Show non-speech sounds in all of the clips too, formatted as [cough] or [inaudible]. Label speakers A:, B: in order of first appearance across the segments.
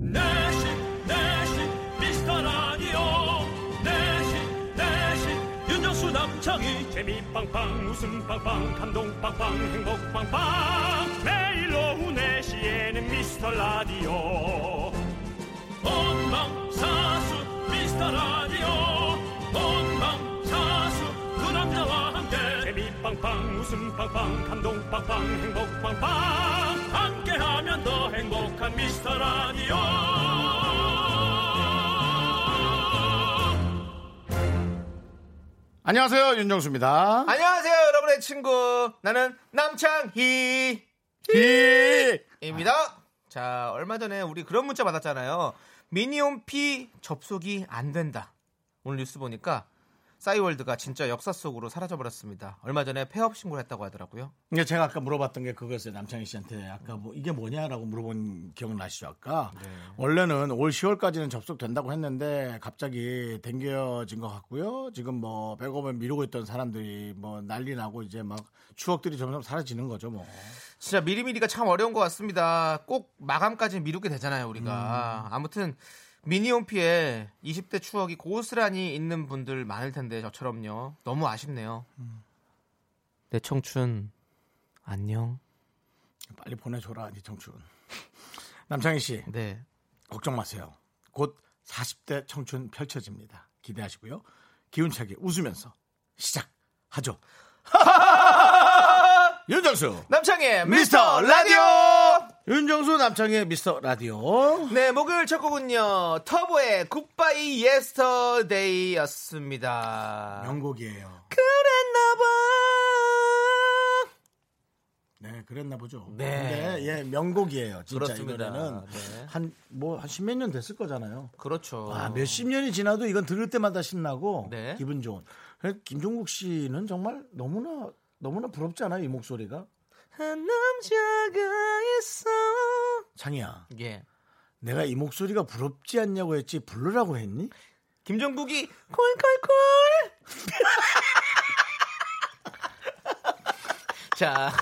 A: 내시 내시 미스터 라디오 내시 내시 윤정수 남창희
B: 재미 빵빵 웃음 빵빵 감동 빵빵 행복 빵빵 매일 오후 4시에는 미스터 라디오
A: 본방사수 미스터 라디오 본방사수 그 남자와 함께
B: 재미 빵빵 웃음 빵빵 감동 빵빵 행복 빵빵
A: 함께하면 더 행복한 미스터 라디오
C: 안녕하세요 윤정수입니다.
D: 안녕하세요, 여러분의 친구. 나는 남창희입니다.
C: 히!
D: 자, 얼마 전에 우리 그런 문자 받았잖아요. 미니홈피 접속이 안 된다. 오늘 뉴스 보니까 싸이월드가 진짜 역사 속으로 사라져버렸습니다. 얼마 전에 폐업 신고를 했다고 하더라고요.
C: 이게 제가 아까 물어봤던 게 그거였어요. 남창희 씨한테 아까 뭐 이게 뭐냐라고 물어본 기억나시죠? 아까 원래는 올 10월까지는 접속된다고 했는데 갑자기 댕겨진 것 같고요. 지금 뭐 백업을 미루고 있던 사람들이 뭐 난리 나고 이제 막 추억들이 점점 사라지는 거죠. 뭐
D: 진짜 미리미리가 참 어려운 것 같습니다. 꼭 마감까지 미루게 되잖아요, 우리가.
C: 음.
D: 아무튼 미니홈피에 20대 추억이 고스란히 있는 분들 많을 텐데 저처럼요. 너무 아쉽네요.
C: 음.
D: 내 네, 청춘 안녕.
C: 빨리 보내줘라 니 청춘. 남창희 씨
D: 네.
C: 걱정 마세요. 곧 40대 청춘 펼쳐집니다. 기대하시고요. 기운차게 웃으면서 시작하죠. [laughs] 윤정수
D: 남창의
C: 미스터
D: 미스터 라디오.
C: 윤정수 남창의 미스터 라디오.
D: 네, 목요일 첫 곡은요. 터보의 굿바이 예스터데이였습니다.
C: 명곡이에요.
D: 그랬나 봐.
C: 네, 그랬나 보죠.
D: 네.
C: 근데 예, 명곡이에요. 진짜
D: 그렇습니다.
C: 이 노래는
D: 네.
C: 한 뭐 한 십몇 년 됐을 거잖아요.
D: 그렇죠.
C: 아, 몇십 년이 지나도 이건 들을 때마다 신나고
D: 네.
C: 기분 좋은. 그래서 김종국 씨는 정말 너무나 너무나 부럽지 않아요, 이 목소리가?
D: 한 남자가 있어.
C: 장이야.
D: 예.
C: 내가 이 목소리가 부럽지 않냐고 했지 부르라고 했니?
D: 김종국이 콜콜콜. [laughs] 자,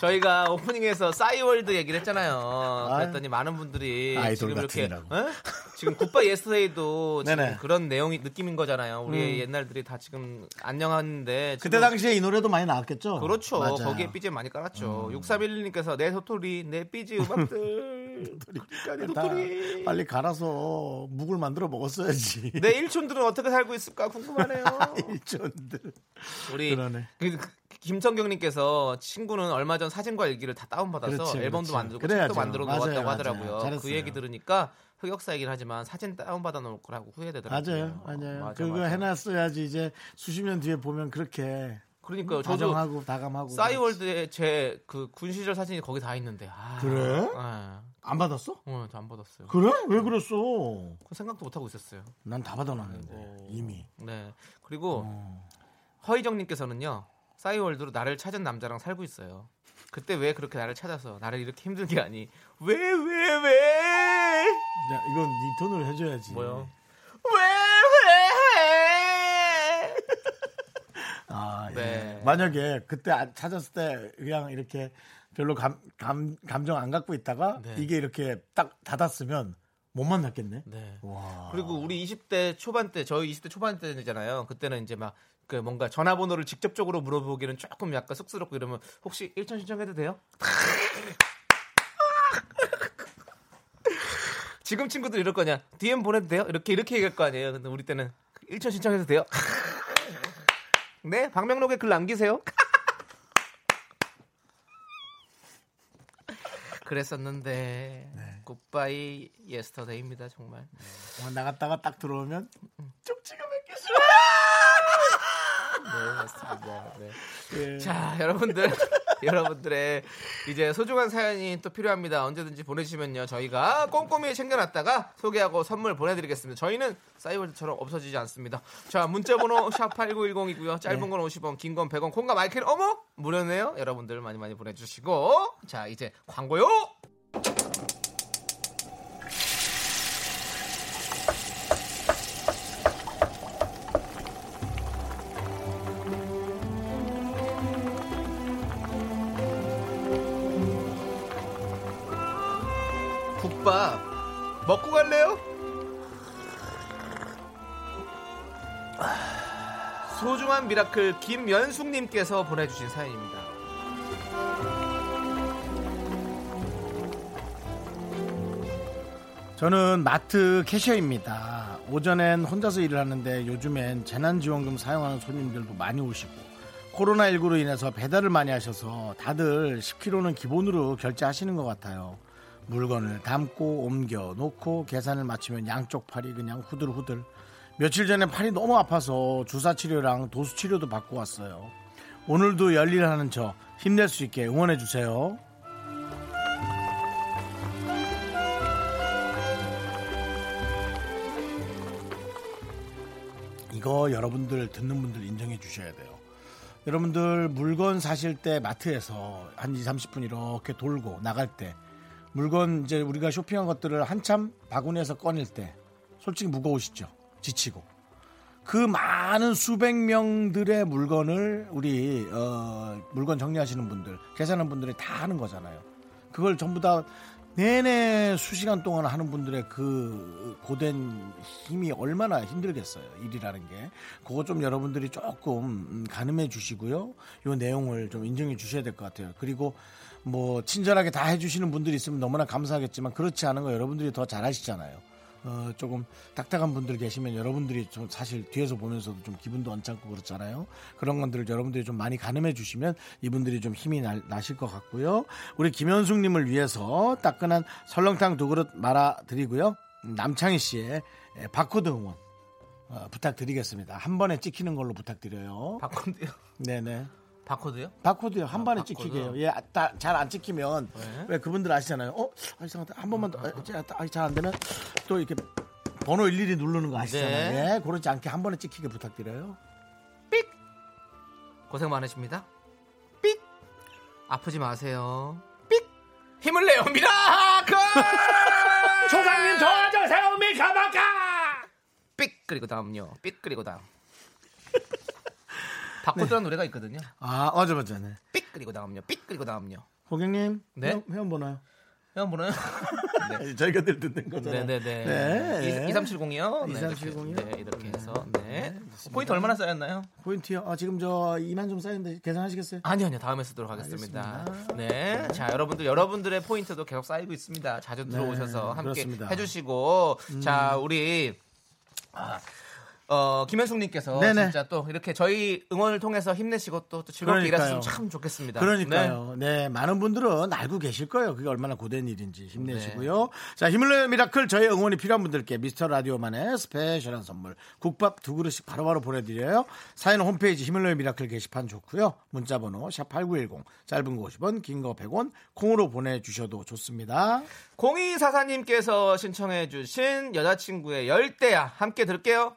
D: 저희가 오프닝에서 싸이월드 얘기를 했잖아요. 그랬더니 많은 분들이
C: 아이돌
D: 지금 이렇게
C: 같으니라고.
D: 어? 지금 굿바이 예스데이도
C: 네네. 음.
D: 지금 그런 내용이 느낌인 거잖아요. 우리 옛날들이 다 지금 안녕하는데 지금
C: 그때 당시에 이 노래도 많이 나왔겠죠?
D: 그렇죠.
C: 맞아요. 음.
D: 거기에 삐지 많이 깔았죠. 6311님께서 내 소토리, 내
C: [laughs]
D: 삐지 음악들. 그러니까
C: 다
D: 도토리. 네.
C: 빨리 갈아서 묵을 만들어 먹었어야지.
D: 내 일촌들은 어떻게 살고 있을까 궁금하네요.
C: [laughs] 일전들.
D: 우리
C: 그러네.
D: 그- 그- 김성경님께서 친구는 얼마 전 사진과 일기를 다 다운받아서
C: 그렇지,
D: 앨범도
C: 그렇지.
D: 만들고
C: 그래야죠.
D: 책도 만들어 놓았다고 뭐
C: 맞아요,
D: 하더라고요.
C: 맞아요. 잘했어요.
D: 그 얘기 들으니까 흑역사 얘기를 하지만 사진 다운받아 놓을 거라고 후회되더라고요.
C: 맞아요, 맞아요.
D: 맞아,
C: 그거
D: 맞아.
C: 해놨어야지 이제 수십 년 뒤에 보면 그렇게
D: 그러니까요. 저도
C: 다정하고 다감하고.
D: 싸이월드에 제 그 군 시절 사진이 거기 다 있는데. 아,
C: 그래?
D: 예.
C: 안 받았어?
D: 오늘 저안 받았어요. 그...
C: 그래? 왜 그랬어?
D: 생각도 못 하고 있었어요.
C: 난 다 받아놨는데 이미.
D: 네. 그리고 허희정님께서는요. 싸이월드로 나를 찾은 남자랑 살고 있어요. 그때 왜 그렇게 나를 찾아서 나를 이렇게 힘들게 하니? 왜 왜 왜?
C: 야, 이건 네 돈으로 해줘야지.
D: 뭐요? 왜 왜?
C: 아, 예.
D: 네.
C: 만약에 그때 안- 찾았을 때 그냥 이렇게 별로 감, 감, 감정 안 갖고 있다가
D: 네.
C: 이게 이렇게 딱 닫았으면 못 만났겠네.
D: 네.
C: 와.
D: 그리고 우리 20대 초반 때 저희 20대 초반 때잖아요. 그때는 이제 막 그 뭔가 전화번호를 직접적으로 물어보기는 조금 약간 쑥스럽고 이러면 혹시 일천 신청해도 돼요? [laughs] 지금 친구들 이럴 거냐? DM 보내도 돼요? 이렇게 이렇게 얘기할 거 아니에요. 근데 우리 때는 일천 신청해도 돼요? [laughs] 네, 방명록에 글 남기세요. [laughs] 그랬었는데 굿바이 예스터데이입니다 정말.
C: 어, 나갔다가 딱 들어오면 쪽지가 몇 개씩.
D: 네, 맞습니다. 네.
C: 예.
D: 자, 여러분들, [laughs] 여러분들의 이제 소중한 사연이 또 필요합니다. 언제든지 보내주시면요. 저희가 꼼꼼히 챙겨놨다가 소개하고 선물 보내드리겠습니다. 저희는 사이월드처럼 없어지지 않습니다. 자, 문자번호 [laughs] 샵8910이고요. 짧은 건 50원, 긴 건 100원, 콩과 마이크는 어머! 무료네요. 여러분들 많이 많이 보내주시고. 자, 이제 광고요! 국밥 먹고 갈래요? 소중한 미라클 김연숙님께서 보내주신 사연입니다.
C: 저는 마트 캐셔입니다. 오전엔 혼자서 일을 하는데 요즘엔 재난지원금 사용하는 손님들도 많이 오시고 코로나19로 인해서 배달을 많이 하셔서 다들 10kg는 기본으로 결제하시는 것 같아요. 물건을 담고 옮겨 놓고 계산을 마치면 양쪽 팔이 그냥 후들후들. 며칠 전에 팔이 너무 아파서 주사 치료랑 도수 치료도 받고 왔어요. 오늘도 열일하는 저 힘낼 수 있게 응원해 주세요. 이거 여러분들 듣는 분들 인정해 주셔야 돼요. 여러분들 물건 사실 때 마트에서 한 2, 30분 이렇게 돌고 나갈 때 물건 이제 우리가 쇼핑한 것들을 한참 바구니에서 꺼낼 때 솔직히 무거우시죠. 지치고. 그 많은 수백 명들의 물건을 우리 어, 물건 정리하시는 분들, 계산하는 분들이 다 하는 거잖아요. 그걸 전부 다 내내 수시간 동안 하는 분들의 그 고된 힘이 얼마나 힘들겠어요. 일이라는 게. 그거 좀 여러분들이 조금 음, 가늠해 주시고요. 요 내용을 좀 인정해 주셔야 될 것 같아요. 그리고 뭐 친절하게 다 해주시는 분들이 있으면 너무나 감사하겠지만 그렇지 않은 거 여러분들이 더 잘하시잖아요. 어, 조금 딱딱한 분들 계시면 여러분들이 좀 사실 뒤에서 보면서도 좀 기분도 언짢고 그렇잖아요. 그런 건들을 여러분들이 좀 많이 가늠해 주시면 이분들이 좀 힘이 날- 나실 것 같고요. 우리 김현숙님을 위해서 따끈한 설렁탕 두 그릇 말아 드리고요. 남창희 씨의 에, 바코드 응원 어, 부탁드리겠습니다. 한 번에 찍히는 걸로 부탁드려요.
D: 바코드요?
C: 네네.
D: 바코드요?
C: 바코드요 한 번에
D: 아, 바코드.
C: 찍히게요. 예, 잘 안 찍히면 왜 그분들 아시잖아요. 어, 아, 이상하다. 한 번만 더, 잘 안 되면 또 이렇게 번호 일일이 누르는 거 아시잖아요.
D: 네.
C: 예, 그렇지 않게 한 번에 찍히게 부탁드려요.
D: 고생 많으십니다. 삑! 아프지 마세요. 삑! 힘을 그! 내요, 미라클!
B: 조상님 도와주세요 미카마카
D: 삑! 그리고 다음요. 삑! 그리고 다음. 바코드라는 노래가 있거든요.
C: 아, 맞아 맞아. 네.
D: 삑! 그리고 다음요. 삑! 그리고 다음요.
C: 고객님,
D: 네?
C: 회원, 회원 번호요.
D: 형 보나요? 네.
C: 저희가 늘 듣는 거잖아요.
D: 네네네.
C: 네.
D: 2370이요?
C: 2370 이요?
D: 네, 이렇게 해서. 네. 포인트 얼마나 쌓였나요?
C: 포인트요. 아, 지금 저 2만 좀 쌓였는데 계산하시겠어요?
D: 아니요, 아니요. 다음에 쓰도록 하겠습니다. 네. 자, 여러분들, 여러분들의 포인트도 계속 쌓이고 있습니다. 자주 들어오셔서 함께
C: 네, 그렇습니다. 음.
D: 해주시고. 자, 우리. 아, 어, 김현숙님께서
C: 네네.
D: 진짜 또 이렇게 저희 응원을 통해서 힘내시고 또, 또 즐겁게
C: 그러니까요.
D: 일하셨으면 참 좋겠습니다.
C: 그러니까요. 네. 많은 분들은 알고 계실 거예요. 그게 얼마나 고된 일인지 힘내시고요.
D: 네.
C: 자, 힘을 내요 미라클 저희 응원이 필요한 분들께 미스터 라디오만의 스페셜한 선물 국밥 두 그릇씩 바로바로 보내드려요. 사연 홈페이지 힘을 내요 미라클 게시판 좋고요. 문자번호 샵8910 짧은 거 50원 긴 거 100원 콩으로 보내주셔도 좋습니다.
D: 공이사사님께서 신청해주신 여자친구의 열대야 함께 들을게요.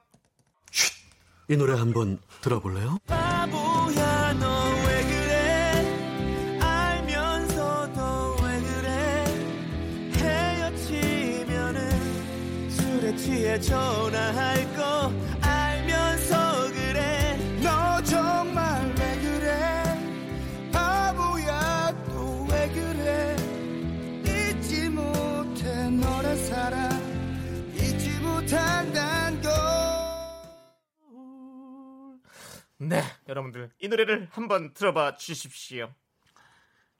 E: 이 노래 한번 들어볼래요?
D: 네, 여러분들 이 노래를 한번 들어봐 주십시오.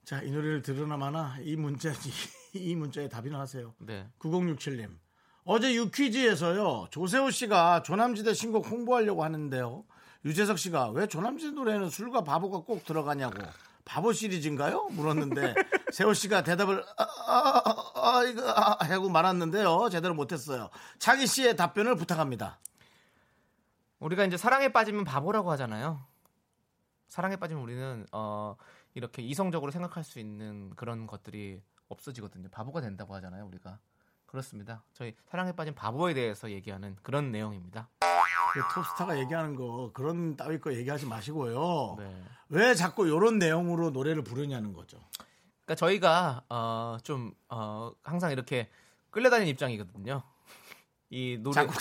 C: 자, 이 노래를 들으나 마나 이 문자, [laughs] 이 문자에 답이나 하세요.
D: 네.
C: 9067님. 어제 유퀴즈에서요, 조세호 씨가 조남지대 신곡 홍보하려고 하는데요. 유재석 씨가 왜 조남지대 노래에는 술과 바보가 꼭 들어가냐고. 바보 시리즈인가요?
D: [laughs]
C: 물었는데 세호 씨가 대답을 아, 아, 아, 아, 이거 아, 하고 말았는데요. 제대로 못했어요. 창희 씨의 답변을 부탁합니다.
D: 우리가 이제 사랑에 빠지면 바보라고 하잖아요. 사랑에 빠지면 우리는 어 이렇게 이성적으로 생각할 수 있는 그런 것들이 없어지거든요. 바보가 된다고 하잖아요, 우리가. 그렇습니다. 저희 사랑에 빠진 바보에 대해서 얘기하는 그런 내용입니다.
C: 그 톱스타가 얘기하는 거 그런 따위 거 얘기하지 마시고요.
D: 네.
C: 왜 자꾸 이런 내용으로 노래를 부르냐는 거죠.
D: 그러니까 저희가 어, 좀 어, 항상 [laughs] 이렇게 끌려다니는 입장이거든요. 이 노래
C: 자꾸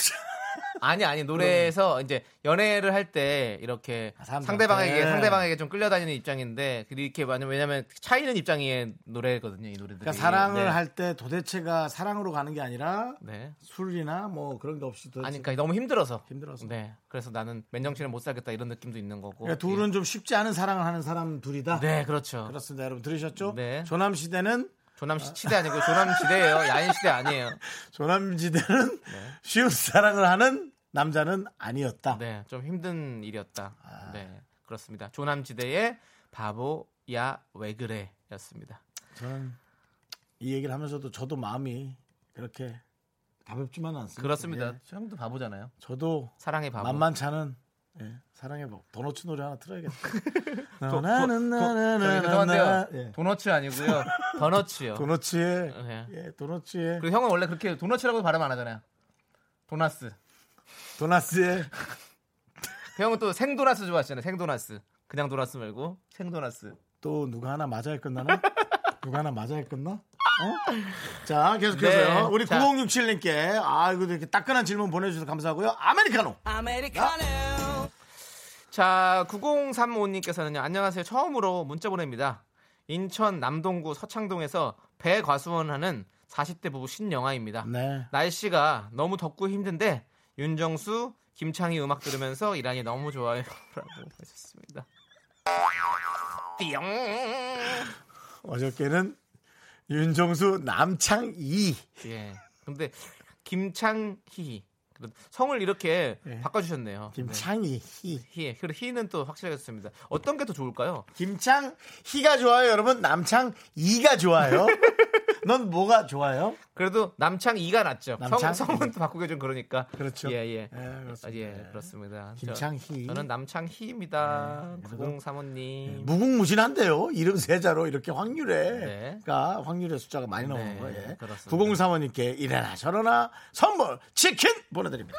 D: 아니 아니 노래에서 이제 연애를 할 때 이렇게
C: 네. 아, 사람들한테.
D: 상대방에게 상대방에게 좀 끌려다니는 입장인데 그렇게 많이 왜냐면 차이는 입장의 노래거든요 이 노래들이.
C: 그러니까 사랑을
D: 네.
C: 할 때 도대체가 사랑으로 가는 게 아니라
D: 네.
C: 술이나 뭐 그런 게 없이 도대체
D: 아니 그러니까 너무 힘들어서.
C: 힘들어서.
D: 네. 그래서 나는 맨정신을 못 살겠다 이런 느낌도 있는 거고.
C: 그러니까 둘은 좀 쉽지 않은 사랑을 하는 사람 둘이다.
D: 예. 뭐 네 그렇죠.
C: 그렇습니다. 여러분 들으셨죠?
D: 네.
C: 조남시대는
D: 조남시 시대 아니고
C: [laughs]
D: 조남시대예요 야인시대 아니에요.
C: 조남지대는 쉬운 사랑을 하는 남자는 아니었다.
D: 네, 좀 힘든 일이었다.
C: 아.
D: 네, 그렇습니다. 조남지대의 바보야 왜 그래였습니다.
C: 저는 이 얘기를 하면서도 저도 마음이 그렇게 가볍지만 은 않습니다.
D: 그렇습니다.
C: 예.
D: 형도 바보잖아요.
C: 저도
D: 사랑의 바보.
C: 만만찮은 예, 사랑해 봐. 더너츠 노래 하나 틀어야겠다.
D: [laughs] 도, 도, 도, 저기
C: 나나나나나나.
D: 죄송한데요. 도너츠 아니고요. 예. 도너츠요.
C: 예. 도너츠의
D: 네.
C: 예, 도너츠의
D: 그리고 형은 원래 그렇게 도너츠라고 발음 안 하잖아요. 도나스.
C: 도나스의
D: 그 형은 또 생도나스 좋아하시잖아요. 생도나스. 그냥 도나스 말고 생도나스.
C: 또 누가 하나 맞아야 [laughs] 끝나나? 누가 하나 맞아야 끝나? 어? 자, 계속해서요.
D: 네,
C: 우리
D: 자.
C: 9067님께, 아, 이거 이렇게 따끈한 질문 보내주셔서 감사하고요. 아메리카노!
D: 자, 9035님께서는요. 안녕하세요. 처음으로 문자 보냅니다. 인천 남동구 서창동에서 배과수원하는 40대 부부 신영아입니다.
C: 네.
D: 날씨가 너무 덥고 힘든데 윤정수, 김창희 음악 들으면서 일하니 너무 좋아요라고 [laughs] 하셨습니다. 띠용.
C: 어저께는 윤정수 남창이.
D: 예. 근데 김창희 그래도 성을 이렇게
C: 예.
D: 바꿔주셨네요.
C: 김창이. 희.
D: 네. 희. 그리고 희는 또 확실하겠습니다. 어떤 게 더 좋을까요?
C: 김창희가 좋아요, 여러분? 남창이가 [laughs] 좋아요? 넌 뭐가 좋아요?
D: 그래도 남창 이가 낫죠.
C: 남창?
D: 성, 성은 또 바꾸기 좀 그러니까.
C: 그렇죠.
D: 예, 예.
C: 예, 그렇습니다.
D: 예, 그렇습니다. 저-
C: 김창희.
D: 저는 남창희입니다.
C: 네, 그래도-
D: 9035님.
C: 무궁무진한데요. 이름 세자로 이렇게 확률에.
D: 네.
C: 그러니까 확률의 숫자가 많이 나오는
D: 네,
C: 거예요.
D: 그렇습니다.
C: 9035님께 이래나 저러나 선물 치킨 보내드립니다.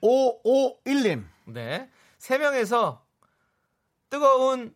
C: 1551님.
D: 네. 세 명에서 뜨거운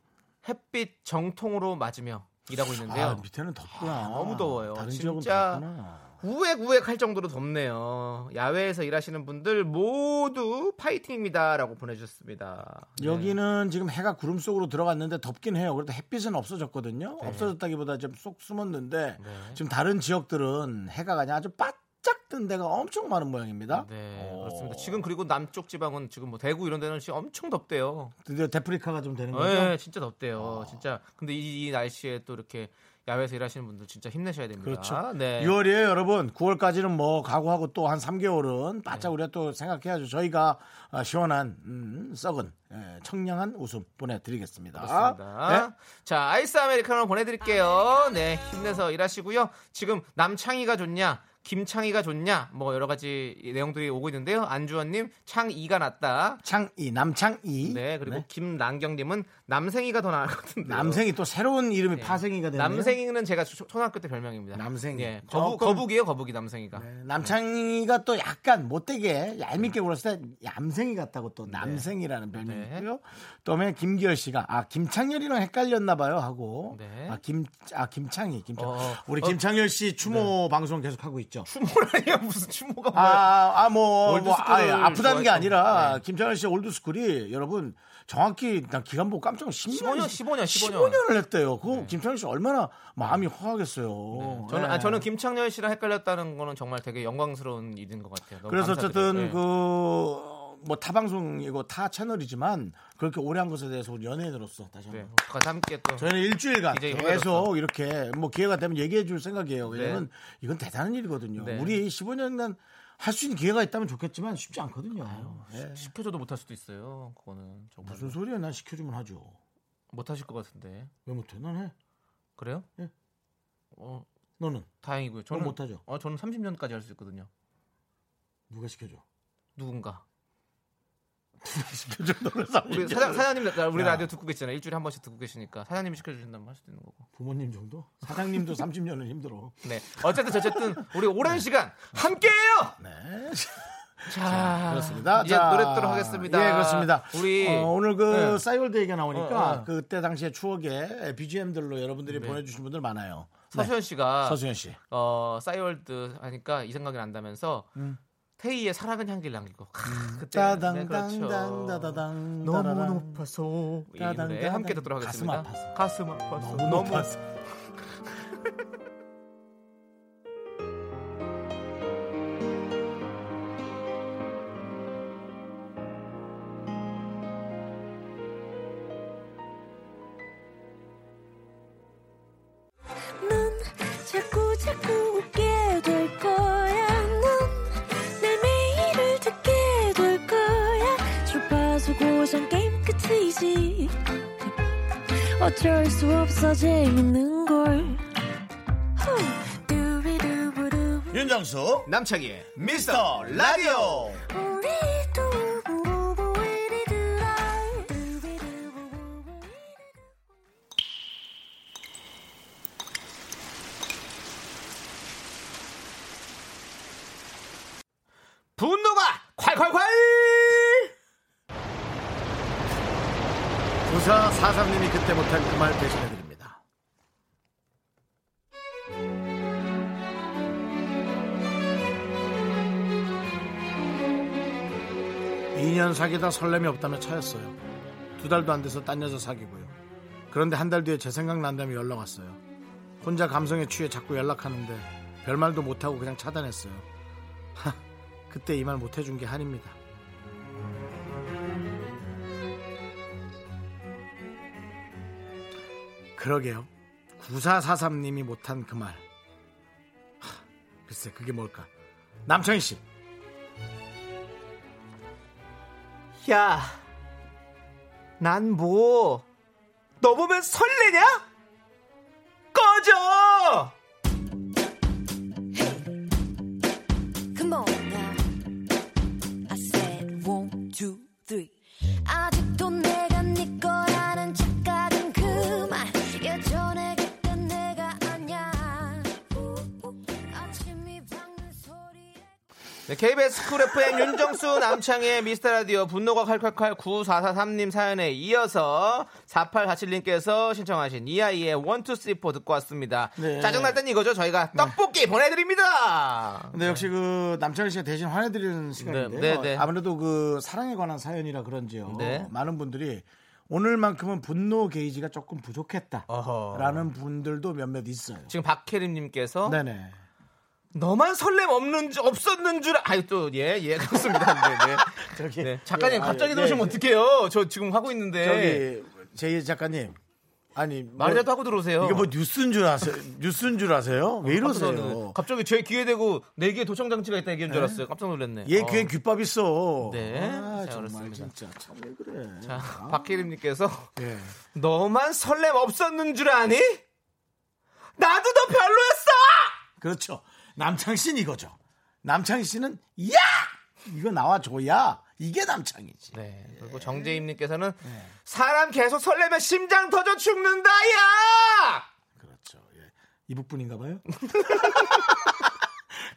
D: 햇빛 정통으로 맞으며 일하고 있는데요.
C: 아, 밑에는 덥구나.
D: 너무 더워요.
C: 다른
D: 진짜.
C: 지역은 덥구나.
D: 우웩우웩 할 정도로 덥네요. 야외에서 일하시는 분들 모두 파이팅입니다라고 보내주셨습니다. 네.
C: 여기는 지금 해가 구름 속으로 들어갔는데 덥긴 해요. 그래도 햇빛은 없어졌거든요. 없어졌다기보다 좀 쏙 숨었는데
D: 네.
C: 지금 다른 지역들은 해가 그냥 아주 바짝 뜬 데가 엄청 많은 모양입니다.
D: 네,
C: 오.
D: 그렇습니다. 지금 그리고 남쪽 지방은 지금 뭐 대구 이런 데는 지금 엄청 덥대요.
C: 드디어 데프리카가 좀 되는 거죠?
D: 예, 진짜 덥대요.
C: 아.
D: 진짜. 근데 이, 이 날씨에 또 이렇게 야외에서 일하시는 분들 진짜 힘내셔야 됩니다.
C: 그렇죠.
D: 네.
C: 6월이에요, 여러분. 9월까지는 뭐 각오하고 또 한 3개월은 바짝
D: 네.
C: 우리가 또 생각해야죠. 저희가 아, 시원한 음, 썩은 예, 청량한 웃음 보내드리겠습니다.
D: 그렇습니다.
C: 네?
D: 자, 아이스 아메리카노 보내드릴게요. 네, 힘내서 일하시고요. 지금 남창희가 좋냐, 김창희가 좋냐, 뭐 여러 가지 내용들이 오고 있는데요. 안주원님, 창이가 낫다.
C: 창이 남창이.
D: 네, 그리고 김난경님은 남생이가 더 나을 것 같은데.
C: 남생이 또 새로운 이름이 파생이가 되네요.
D: 남생이는 제가 초- 초등학교 때 별명입니다.
C: 남생이.
D: 예, 거북,
C: 조금-
D: 거북이에요, 거북이 남생이가.
C: 네, 남창이가 또 약간 못되게 얄밉게 굴었을 때 얌생이 같다고 또 남생이라는 별명이
D: 네.
C: 있고요. 또 다음에 김기열 씨가 아 김창렬이랑 헷갈렸나 봐요 하고
D: 네.
C: 아 김 아 김창희 김창
D: 어, 어. 네.
C: 우리 김창렬 씨 추모 방송 계속 하고 있죠.
D: 추모라니야, [laughs] 무슨 추모가 뭐야.
C: 아, 아아뭐 뭐,
D: 올드스쿨을
C: 아, 예, 아프다는 게
D: 좋아했던- 네.
C: 아니라 김창렬 씨 올드스쿨이 여러분 정확히 난 기간 보고 깜짝 10년
D: 15년, 15년, 네.
C: 15년을 했대요. 그거 김창렬 씨 얼마나 마음이 화하겠어요.
D: 저는
C: 예.
D: 아, 저는 김창렬 씨랑 헷갈렸다는 거는 정말 되게 영광스러운 일인 것 같아요. 너무
C: 그래서
D: 감사드려요.
C: 어쨌든
D: 예.
C: 그 뭐타 방송이고 타 채널이지만 그렇게 오래 한 것에 대해서 우리 연예인으로서 다시
D: 네,
C: 한번
D: 같이 함께 또
C: 저희는 일주일간
D: 이제
C: 계속 이렇게 뭐 기회가 되면 얘기해 줄 생각이에요. 왜냐면 이건 대단한 일이거든요.
D: 네.
C: 우리 15년간 할 수 있는 기회가 있다면 좋겠지만 쉽지 않거든요. 예.
D: 시켜줘도 못할 수도 있어요. 그거는 정말
C: 무슨 소리야? 난 시켜주면 하죠.
D: 못하실 것 같은데
C: 왜 못해? 난 해.
D: 그래요?
C: 예.
D: 어
C: 너는
D: 다행이고요.
C: 저는
D: 저는
C: 못하죠.
D: 어 저는 30년까지 할 수 있거든요.
C: 누가 시켜줘?
D: 누군가
C: 누가 시켜줘? [laughs] 너를 사
D: 우리 사장 사장님 나- 우리
C: 야.
D: 라디오 듣고 계시잖아요. 일주일에 한 번씩 듣고 계시니까 사장님이 시켜주신다면 할 수도 있는 거고.
C: 부모님 정도? 사장님도 30년은 힘들어.
D: 네 어쨌든 어쨌든 우리 오랜 시간 함께해요.
C: 네.
D: 자,
C: 아, 그렇습니다.
D: 이제
C: 자,
D: 노래 듣도록 하겠습니다.
C: 예, 그렇습니다.
D: 우리
C: 어, 오늘 그
D: 네.
C: 싸이월드 얘기가 나오니까
D: 어,
C: 네.
D: 어.
C: 그때 당시의 추억에 BGM들로 여러분들이 보내주신 분들 많아요. 네.
D: 네. 서수현 씨가
C: 서수현 씨.
D: 어 싸이월드 하니까 이 생각이 난다면서 태희의 사랑은 향기를 남기고 캬, 그때 네, 그렇죠.
C: 따당당당다다당
D: 너무
C: 따라랑.
D: 높아서 뭐 이
C: 따당,
D: 노래
C: 따당.
D: 함께 듣도록
C: 가슴
D: 하겠습니다.
C: 아파서.
D: 가슴 아파서
C: 너무 높아서.
F: 넌 자꾸 자꾸 웃게 될 거야. 넌내 매일을 듣게 될 거야. 주파수 고정 게임 끝이지. 어쩔 수 없어 재밌는 걸. 후. 두비두부두.
C: 윤정수
D: 남창희의 미스터 라디오
F: 우리 두부부부 우리 두라. 두비두부부부 우리 두라.
D: 분노가 콸콸콸
C: 부사 사상님이 그때 못한 그 말 대신해 드립니다. 이년 사귀다 설렘이 없다며 차였어요. 두 달도 안 돼서 딴 여자 사귀고요. 그런데 한 달 뒤에 제 생각 난다며 연락 왔어요. 혼자 감성에 취해 자꾸 연락하는데 별말도 못하고 그냥 차단했어요. 하, 그때 이 말 못해준 게 한입니다. 그러게요. 9443님이 못한 그 말. 하, 글쎄 그게 뭘까? 남창희 씨.
D: 야난 뭐 너 보면 설레냐 꺼져
F: Come on now. I said one, two, three. 아직도 내가 네 거라는 착각은 그만. 예전에 그땐 내가 아냐. 아침이 밝는 소리에.
D: 네, KBS 쿨 FM [laughs] 윤정수 남창의 미스터라디오 분노가 칼칼칼 9443님 사연에 이어서 4847님께서 신청하신 이아이의 1234 듣고 왔습니다.
C: 네.
D: 짜증날 땐 이거죠. 저희가 떡볶이 보내드립니다.
C: 근데 역시 그 남창희 씨가 대신 화내드리는 시간인데요.
D: 네, 네.
C: 아무래도 그 사랑에 관한 사연이라 그런지요.
D: 네.
C: 많은 분들이 오늘만큼은 분노 게이지가 조금 부족했다.
D: 어허.
C: 라는 분들도 몇몇 있어요.
D: 지금 박혜림님께서
C: 네네.
D: 너만 설렘 없는 줄, 없었는 줄 아- 아유 또 예 예 그렇습니다. 네, 네.
C: [laughs] 저기
D: 네, 작가님
C: 예, 아,
D: 갑자기
C: 예,
D: 들어오시면
C: 예.
D: 어떡해요? 저 지금 하고 있는데
C: 저기 제 작가님. 아니
D: 네. 말이라도
C: 뭐,
D: 하고 들어오세요. 어,
C: 이게 뭐 뉴스인 줄 아세요? 뉴스인 줄 아세요? 왜 이러세요?
D: 저는 갑자기 제 귀에 대고 내 귀에 도청 장치가 있다 얘기한 줄 알았어요. 깜짝 놀랐네.
C: 얘
D: 어.
C: 귀엔 귓밥 있어.
D: 네,
C: 아,
D: 잘
C: 정말
D: 알았습니다.
C: 진짜 참 왜 그래.
D: 자, 아, 박혜림님께서
C: 예.
D: 너만 설렘 없었는 줄 아니? 나도 너 별로였어!
C: 그렇죠. 남창 씨는 이거죠. 남창 씨는 야 이거 나와줘야 이게 남창이지.
D: 네. 그리고 정재임님께서는 사람 계속 설레면 심장 터져 죽는다, 야!
C: 그렇죠. 예. 이북분인가
D: [laughs]
C: 봐요.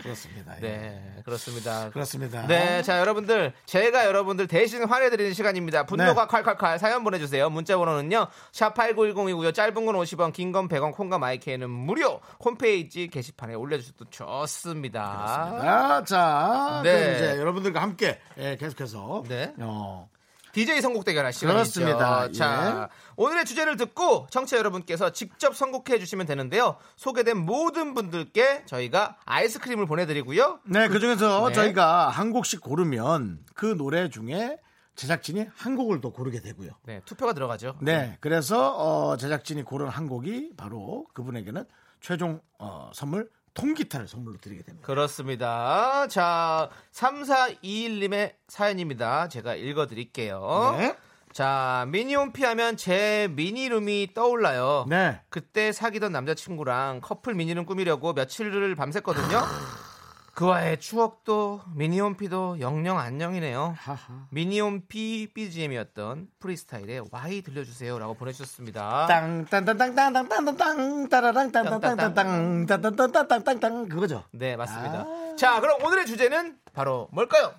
C: 그렇습니다. 예.
D: 네, 그렇습니다.
C: 그렇습니다.
D: 네, 자, 여러분들. 제가 여러분들 대신 환해드리는 시간입니다. 분노가
C: 네.
D: 칼칼칼 사연 보내주세요. 문자번호는요, 샵8910이고요. 짧은 건 50원, 긴 건 100원, 콩과 마이크에는 무료! 홈페이지 게시판에 올려주셔도 좋습니다.
C: 아, 자,
D: 네.
C: 그럼 이제 여러분들과 함께 예, 계속해서
D: 네.
C: 어,
D: DJ 선곡 대결할 시간이죠.
C: 그렇습니다. 예.
D: 자, 오늘의 주제를 듣고 청취자 여러분께서 직접 선곡해 주시면 되는데요. 소개된 모든 분들께 저희가 아이스크림을 보내드리고요.
C: 네, 그 중에서
D: 네.
C: 저희가 한 곡씩 고르면 그 노래 중에 제작진이 한 곡을 또 고르게 되고요.
D: 네, 투표가 들어가죠.
C: 네, 그래서 어, 제작진이 고른 한 곡이 바로 그분에게는 최종 어, 선물 통기타를 선물로 드리게 됩니다.
D: 그렇습니다. 자, 3421님의 사연입니다. 제가 읽어드릴게요.
C: 네.
D: 자, 미니홈피 하면 제 미니룸이 떠올라요.
C: 네.
D: 그때 사귀던 남자친구랑 커플 미니룸 꾸미려고 며칠을 밤샜거든요.
C: [sighs]
D: 그와의 추억도 미니홈피도 영영 안녕이네요.
C: 하하.
D: 미니홈피 BGM이었던 프리스타일의 Y 들려주세요라고 보내주셨습니다.
C: 땅땅땅땅땅땅땅땅 따라랑 땅땅땅땅땅 땅땅땅땅땅땅 그거죠. 아.
D: 네 맞습니다. 자 그럼 오늘의 주제는 바로 뭘까요?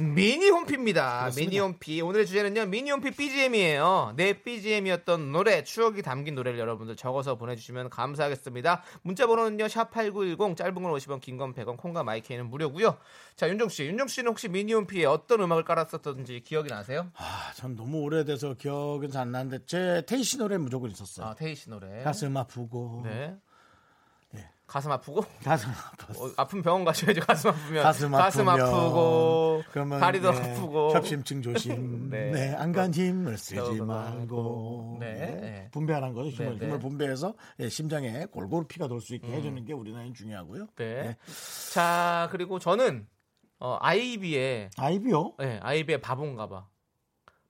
D: 미니홈피입니다. 미니홈피. 오늘의 주제는요. 미니홈피 BGM이에요. 네, 내 BGM이었던 노래, 추억이 담긴 노래를 여러분들 적어서 보내주시면 감사하겠습니다. 문자 번호는요. 샵8910 짧은 건 50원, 긴 건 100원, 콩과 마이케이는 무료고요. 자, 윤종 씨. 윤종 씨는 혹시 미니홈피에 어떤 음악을 깔았었던지 기억이 나세요?
C: 아, 전 너무 오래돼서 기억은 잘 안 나는데 제 테이 씨 노래 무조건 있었어요.
D: 아, 테이 씨 노래.
C: 네. 가슴 아프고 네.
D: 네. 가슴 아프고
C: 가슴 아팠어.
D: 어, 아픈 병원 가셔야죠. [laughs] 가슴 아프면
C: 가슴, 아프면,
D: 아프고
C: 그러면,
D: 다리도
C: 네,
D: 아프고
C: 협심증 조심
D: [laughs] 네.
C: 네 안간 힘을 쓰지
D: 그러고
C: 말고
D: 네.
C: 네.
D: 네.
C: 분배하는 거죠 힘을,
D: 네, 네.
C: 힘을 분배해서 예, 심장에 골고루 피가 돌 수 있게 해주는 게 우리나라는 중요하고요
D: 네.
C: 네.
D: 자 그리고 저는 어, 아이비의
C: 아이비요
D: 네, 아이비의 바본가봐.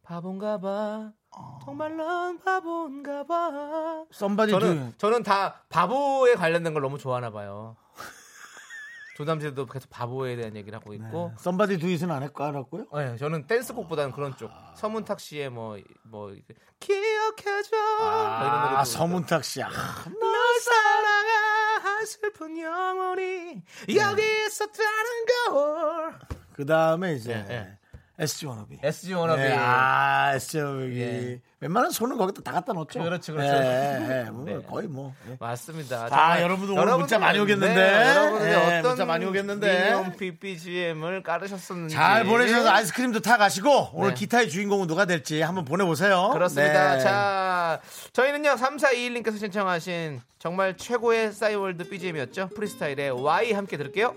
D: 바본가봐.
C: 아.
D: 정말 난 바본가봐.
C: 썸바디
D: 저는
C: 저는...
D: 저는 다 바보에 관련된 걸 너무 좋아하나 봐요. [laughs] 조남지도 계속 바보에 대한 얘기를 하고
C: 네.
D: 있고.
C: 썸바디 두잇은 안 했고 알았고요
D: 네, 저는 댄스곡보다는 그런 쪽.
C: 아.
D: 서문탁 씨의 뭐 뭐 기억해줘 뭐 이런 노래도
C: 아 서문탁 씨 아,
D: 널 사랑한 슬픈 영혼이 여기 있었다는 걸.
C: 그다음에 이제
D: 예, 예.
C: SG 워너비
D: SG 워너비.
C: 예, 아 SG 워너비
D: 예.
C: 웬만한 손은 거기다 다 갖다 놓죠
D: 그렇죠, 그렇죠.
C: 예, 예, 뭐
D: 네.
C: 거의 뭐 예.
D: 맞습니다. 네,
C: 아, 여러분들 오늘 문자 많이 오겠는데.
D: 여러분들
C: 예,
D: 어떤
C: 문자 많이 오겠는데.
D: 미니홈피 BGM을 깔으셨었는지
C: 잘 보내주셔서 아이스크림도 타 가시고 오늘
D: 예. 네.
C: 기타의 주인공은 누가 될지 한번 보내보세요.
D: 어, 그렇습니다.
C: 네.
D: 자, 저희는요 3421님께서 신청하신 정말 최고의 싸이월드 BGM이었죠. 프리스타일의 Y 함께 들을게요.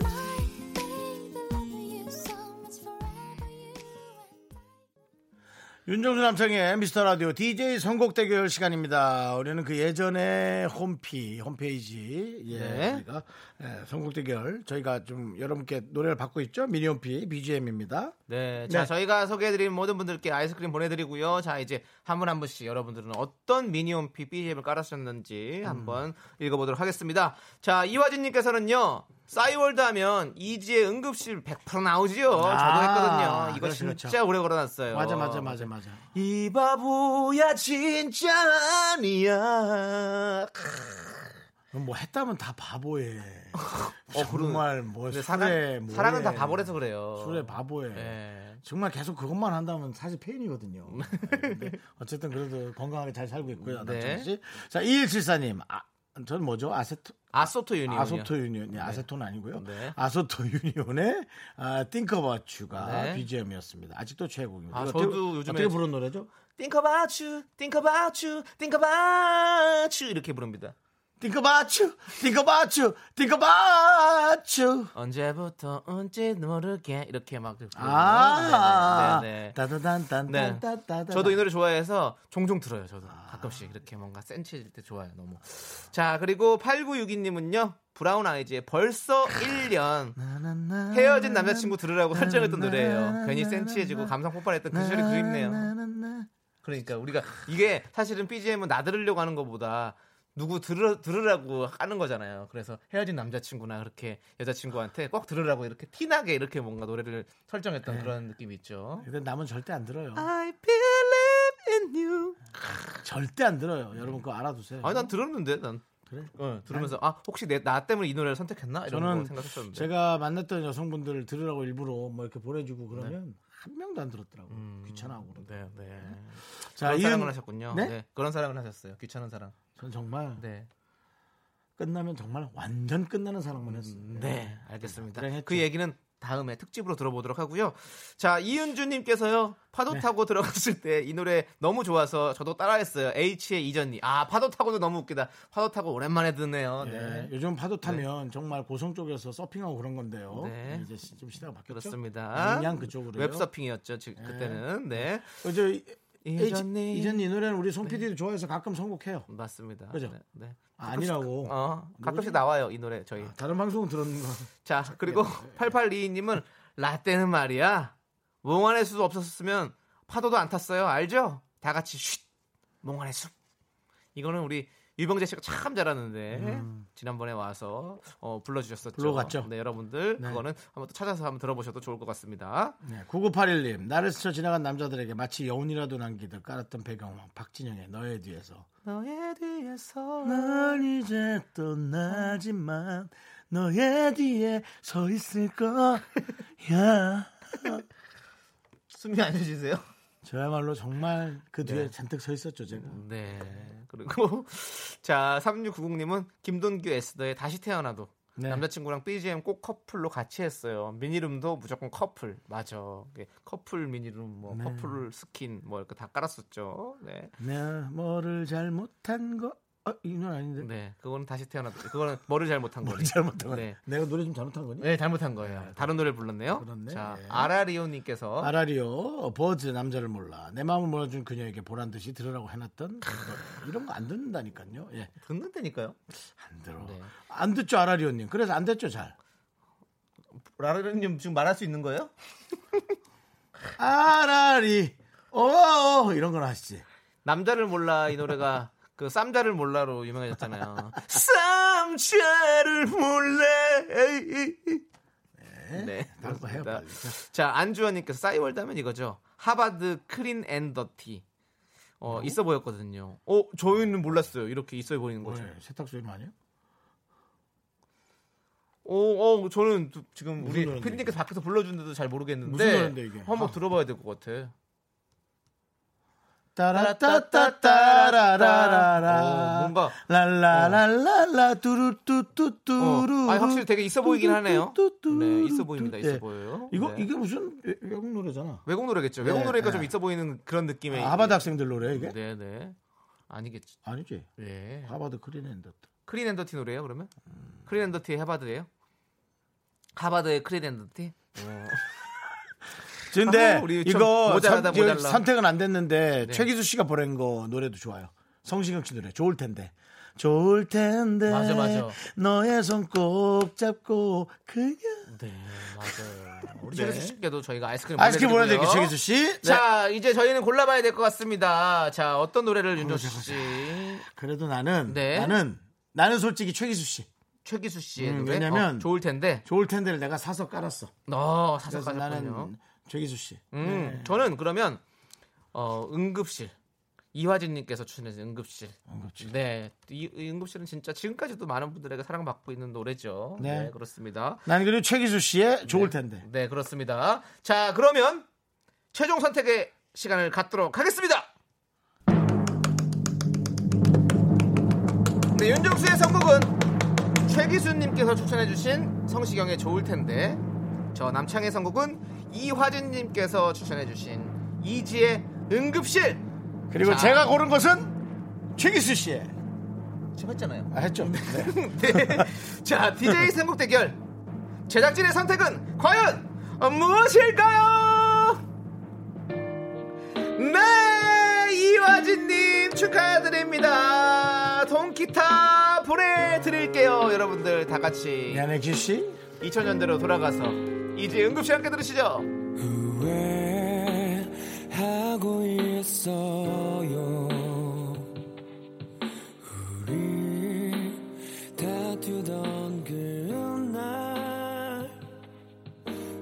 G: My baby, love you so much forever, you.
C: 윤정수 남창의 미스터 라디오 DJ 선곡 대결 시간입니다. 우리는 그 예전에 홈피 홈페이지 예,
D: 네.
C: 우리가 예, 선곡 대결 저희가 좀 여러분께 노래를 받고 있죠. 미니홈피 BGM입니다.
D: 네, 자
C: 네.
D: 저희가 소개해드린 모든 분들께 아이스크림 보내드리고요. 자 이제 한 분 한 분씩 여러분들은 어떤 미니홈피 BGM을 깔았었는지
C: 음.
D: 한번 읽어보도록 하겠습니다. 자 이화진님께서는요. 싸이월드 하면 이지의 응급실 100% 나오지요. 저도
C: 아,
D: 했거든요. 이거
C: 그렇죠, 그렇죠.
D: 진짜 오래 걸어놨어요.
C: 맞아 맞아 맞아 맞아.
D: 이 바보야 진짜 아니야.
C: 그 그럼 뭐 했다면 다 바보예.
D: 어,
C: 정말 뭐
D: 근데
C: 술에
D: 사랑,
C: 뭐에.
D: 사랑은 다 바보라서 그래요.
C: 술에 바보예.
D: 예.
C: 정말 계속 그것만 한다면 사실 페인이거든요. 근데 어쨌든 그래도 건강하게 잘 살고 있고요.
D: 네.
C: 남창희 씨. 자, 2174님. 아, 저는 뭐죠? 아세토
D: 아소토 유니온.
C: 아소토 유니온. 네, 아세톤 아니고요.
D: 네.
C: 아소토 유니온의 아, 띵커바추가
D: 네.
C: BGM이었습니다. 아직도 최애곡입니다.
D: 아,
C: 이거
D: 저도
C: 어떻게-
D: 요즘에-
C: 어떻게 부른 노래죠?
D: Think about you, think about you, think about you 이렇게 부릅니다.
C: 띵커바추, 띵커바추, 띵커바추.
D: 언제부터 온지 모르게 이렇게 막 부르고요.
C: 아,
D: 네, 네, 네. 네.
C: 따다단단단따다.
D: 저도 이 노래 좋아해서 종종 들어요. 저도 가끔씩 이렇게 뭔가 센치해질 때 좋아요. 너무. 자 그리고 8962님은요 브라운 아이즈의 벌써 1년
C: 아.
D: 헤어진 남자친구 들으라고 설정했던 노래예요. 괜히 센치해지고 감성 폭발했던 그 시절이
C: 아.
D: 그립네요. 그러니까 우리가 이게 사실은 BGM은 나 들으려고 하는 것보다 누구 들으, 들으라고 하는 거잖아요. 그래서 헤어진 남자친구나 그렇게 여자친구한테 꼭 들으라고 이렇게 티나게 이렇게 뭔가 노래를 설정했던
C: 네.
D: 그런 느낌이 있죠.
C: 근데 남은 절대 안 들어요.
D: I believe in you.
C: 절대 안 들어요. 여러분 그거 알아두세요.
D: 아니 난 들었는데 난
C: 그래?
D: 어, 들으면서 아 혹시 내 나 때문에 이 노래를 선택했나 이런 거
C: 저는
D: 생각했었는데
C: 제가 만났던 여성분들을 들으라고 일부러 뭐 이렇게 보내주고 그러면 한 명도 안 들었더라고요. 귀찮아하고. 그러더라고요.
D: 네, 네.
C: 자,
D: 그런 사랑을
C: 이은
D: 하셨군요. 네?
C: 네?
D: 그런 사랑을 하셨어요. 귀찮은 사랑.
C: 전 정말
D: 네.
C: 끝나면 정말 완전 끝나는 사랑만 했어요.
D: 네, 알겠습니다.
C: 그래 했죠.
D: 그 얘기는 다음에 특집으로 들어보도록 하고요. 자, 이은주님께서요 파도
C: 네.
D: 타고 들어갔을 때 이 노래 너무 좋아서 저도 따라했어요. H의 이전니. 아, 파도 타고도 너무 웃기다. 파도 타고 오랜만에 듣네요.
C: 예,
D: 네.
C: 요즘 파도 타면 정말 고성 쪽에서 서핑하고 그런 건데요.
D: 네.
C: 이제 시- 좀 시대가 바뀌었죠.
D: 그렇습니다.
C: 양양 그쪽으로요.
D: 웹서핑이었죠. 지금 그때는. 네.
C: 어, 저 이-
D: 이전니.
C: 이- 이전 이 노래는 우리 송
D: 네.
C: PD도 좋아해서 가끔 선곡해요.
D: 음. 맞습니다.
C: 그죠?
D: 네. 네.
C: 아, 아니라고.
D: 어, 가끔씩 나와요, 이 노래 저희.
C: 다른 방송은 들었는 거.
D: 자, 그리고 네. 8822님은 라떼는 말이야. 몽환의 수도 없었으면 파도도 안 탔어요. 알죠? 다 같이 쉿 몽환의 숲. 이거는 우리 유병재 씨가 참 잘하는데 지난번에 와서 어, 음. 불러주셨었죠.
C: 불러갔죠.
D: 네, 여러분들
C: 네.
D: 그거는 한번 또 찾아서 한번 들어보셔도 좋을 것 같습니다.
C: 네, 9981님 나를 스쳐 지나간 남자들에게 마치 여운이라도 남기듯 깔았던 배경음악 박진영의 너의 뒤에서
D: 너의 뒤에서
C: 난 이제 떠나지만 너의 뒤에 서 있을
D: [laughs]
C: 거야
D: 숨이 안 쉬세요?
C: 저야말로 정말 그 뒤에 잔뜩 서 있었죠 제가
D: 네. 그리고 [laughs] 자 3690님은 김동규 에스더의 다시 태어나도
C: 네.
D: 남자친구랑 BGM 꼭 커플로 같이 했어요. 미니룸도 무조건 커플 맞아. 이게 커플 미니룸 뭐 커플 스킨 뭐 이렇게 다 깔았었죠. 네.
C: 내가 뭐를 잘못한 거 어, 이 노래 아닌데
D: 네. 그거는 다시 태어나도 그거는 뭐를 잘못한 거니?
C: [laughs] 잘못한 거
D: 네.
C: 내가 노래 좀 잘못한 거니?
D: 네, 잘못한 거예요. 다른 노래를 불렀네요.
C: 그렇네.
D: 자,
C: 예.
D: 아라리오님께서
C: 아라리오 버즈 남자를 몰라 내 마음을 몰아준 그녀에게 보란 듯이 들으라고 해놨던 그런 거. 이런 거 안 듣는다니까요. 예,
D: 듣는다니까요.
C: 안 들어.
D: 네.
C: 안 듣죠 아라리오님. 그래서 안 됐죠 잘.
D: 아라리오님 지금 말할 수 있는 거예요?
C: 아라리 오 이런 건 아시지?
D: 남자를 몰라 이 노래가 그 쌈자를 몰라로 유명해졌잖아요. 쌈자를 몰라. 네.
C: 다른 거 해요
D: 그렇습니다.
C: 빨리. 자,
D: 자 안주원님께서 싸이월드 하면 이거죠. 하바드 크린 앤더티. 어 있어 보였거든요. 어 저희는 몰랐어요. 이렇게 있어 보이는 거죠.
C: 뭐예요? 네, 세탁소에 많이요?
D: 어, 어, 저는 두- 지금
C: 무슨
D: 우리
C: 노래인데,
D: 피디님께서 밖에서 불러주는데도 잘 모르겠는데
C: 무슨 노래인데, 이게?
D: 한번
C: 아.
D: 들어봐야 될 것 같아.
C: 따라따따따라라라라
D: 어, 뭔가-
C: 랄라랄라라
D: 어,
C: 뚜루뚜뚜뚜루
D: 아니, 확실히 되게 있어 보이긴 하네요.
C: 뚜뚜뚜뚜.
D: 네, 있어 보입니다. 있어
C: 네.
D: 보여요.
C: 이거
D: 네.
C: 이게 무슨 외- 외국 노래잖아.
D: 외국 노래겠죠. 외국
C: 네,
D: 노래니까
C: 네.
D: 좀 있어 보이는 그런 느낌의
C: 아, 하바드 학생들 노래 이게?
D: 네네 아니겠죠.
C: 아니지.
D: 예.
C: 하바드 크린 앤더.
D: 크린 앤더티 노래예요 그러면? 크린 앤더티의 하바드예요? 하바드의 크린 앤더티?
C: 근데
D: 아, 우리 좀
C: 이거 선,
D: 모자라다,
C: 이거
D: 모자라.
C: 선택은 안 됐는데
D: 네.
C: 최기수 씨가 보낸 거 노래도 좋아요. 성시경 씨 노래 좋을 텐데. 좋을 텐데.
D: 맞아, 맞아.
C: 너의 손 꼭 잡고 그냥
D: [laughs] 네 맞아요. 네. 우리 최기수 씨께도 저희가 아이스크림
C: 아이스크림
D: 보내드리고요.
C: 보내드릴게요 최기수 씨. 네.
D: 자 이제 저희는 골라봐야 될 것 같습니다. 자 어떤 노래를 윤정수 씨,
C: 그래도 나는
D: 네.
C: 나는 나는 솔직히 최기수 씨
D: 최기수 씨의
C: 음,
D: 노래
C: 왜냐면-
D: 어, 좋을 텐데.
C: 좋을 텐데를 내가 사서 깔았어.
D: 너 어,
C: 그래서
D: 사사하셨군요.
C: 나는 최기수 씨.
D: 음,
C: 네.
D: 저는 그러면 어, 응급실 이화진님께서 추천해서 응급실.
C: 응급실.
D: 네, 이, 이 응급실은 진짜 지금까지도 많은 분들에게 사랑받고 있는 노래죠.
C: 네.
D: 네, 그렇습니다.
C: 난 그리고 최기수 씨의 좋을 텐데.
D: 네, 그렇습니다. 자, 그러면 최종 선택의 시간을 갖도록 하겠습니다. 네, 윤정수의 선곡은 최기수님께서 추천해주신 성시경의 좋을 텐데, 저 남창의 선곡은 이화진님께서 추천해주신 이지의 응급실.
C: 그리고
D: 자.
C: 제가 고른 것은 최기수 씨의
D: 지금 했잖아요.
C: 아, 했죠.
D: [laughs]
C: 네.
D: 네. 자, DJ 선곡 대결. 제작진의 선택은 과연 무엇일까요? 네, 이화진님 축하드립니다. 동기타 보내드릴게요. 여러분들 다 같이
C: 미안해 기수 씨.
D: 2000년대로 돌아가서 이제 응급실 함께 들으시죠.
H: 후회하고 있어요 우리 다투던 그날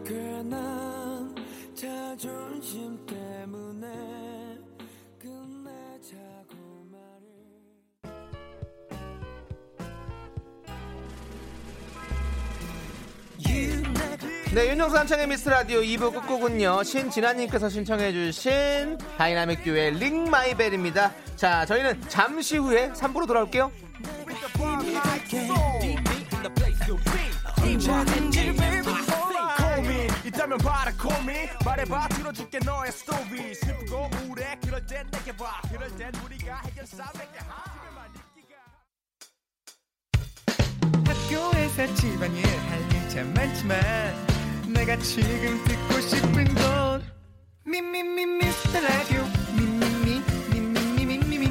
H: 괜한 자존심 때문에 끝내자고 말을
D: 네, 윤정수 한창의 미스 라디오 2부 끝곡은요, 신진아님께서 신청해주신 다이나믹 듀오의 링 마이 벨입니다. 자, 저희는 잠시 후에 3부로 돌아올게요.
I: 학교에서 집안일 할 일 참 많지만 내가 지금 듣고 싶은 건 미미미 미스터 라디오 미미미 미미미 미미미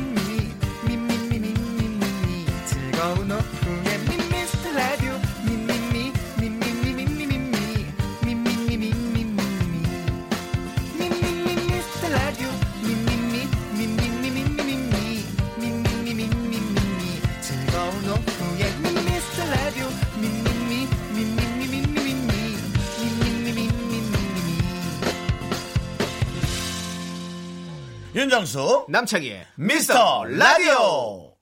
I: 미미미 미미미 미미미 즐거운 오후에 미스터 라디오 미미미 미미미 미미미 미미미 미미미 미미미 미미미 미스터 라디오 미미미 미미미 미미미
C: 윤정수
D: 남창희의
C: 미스터 라디오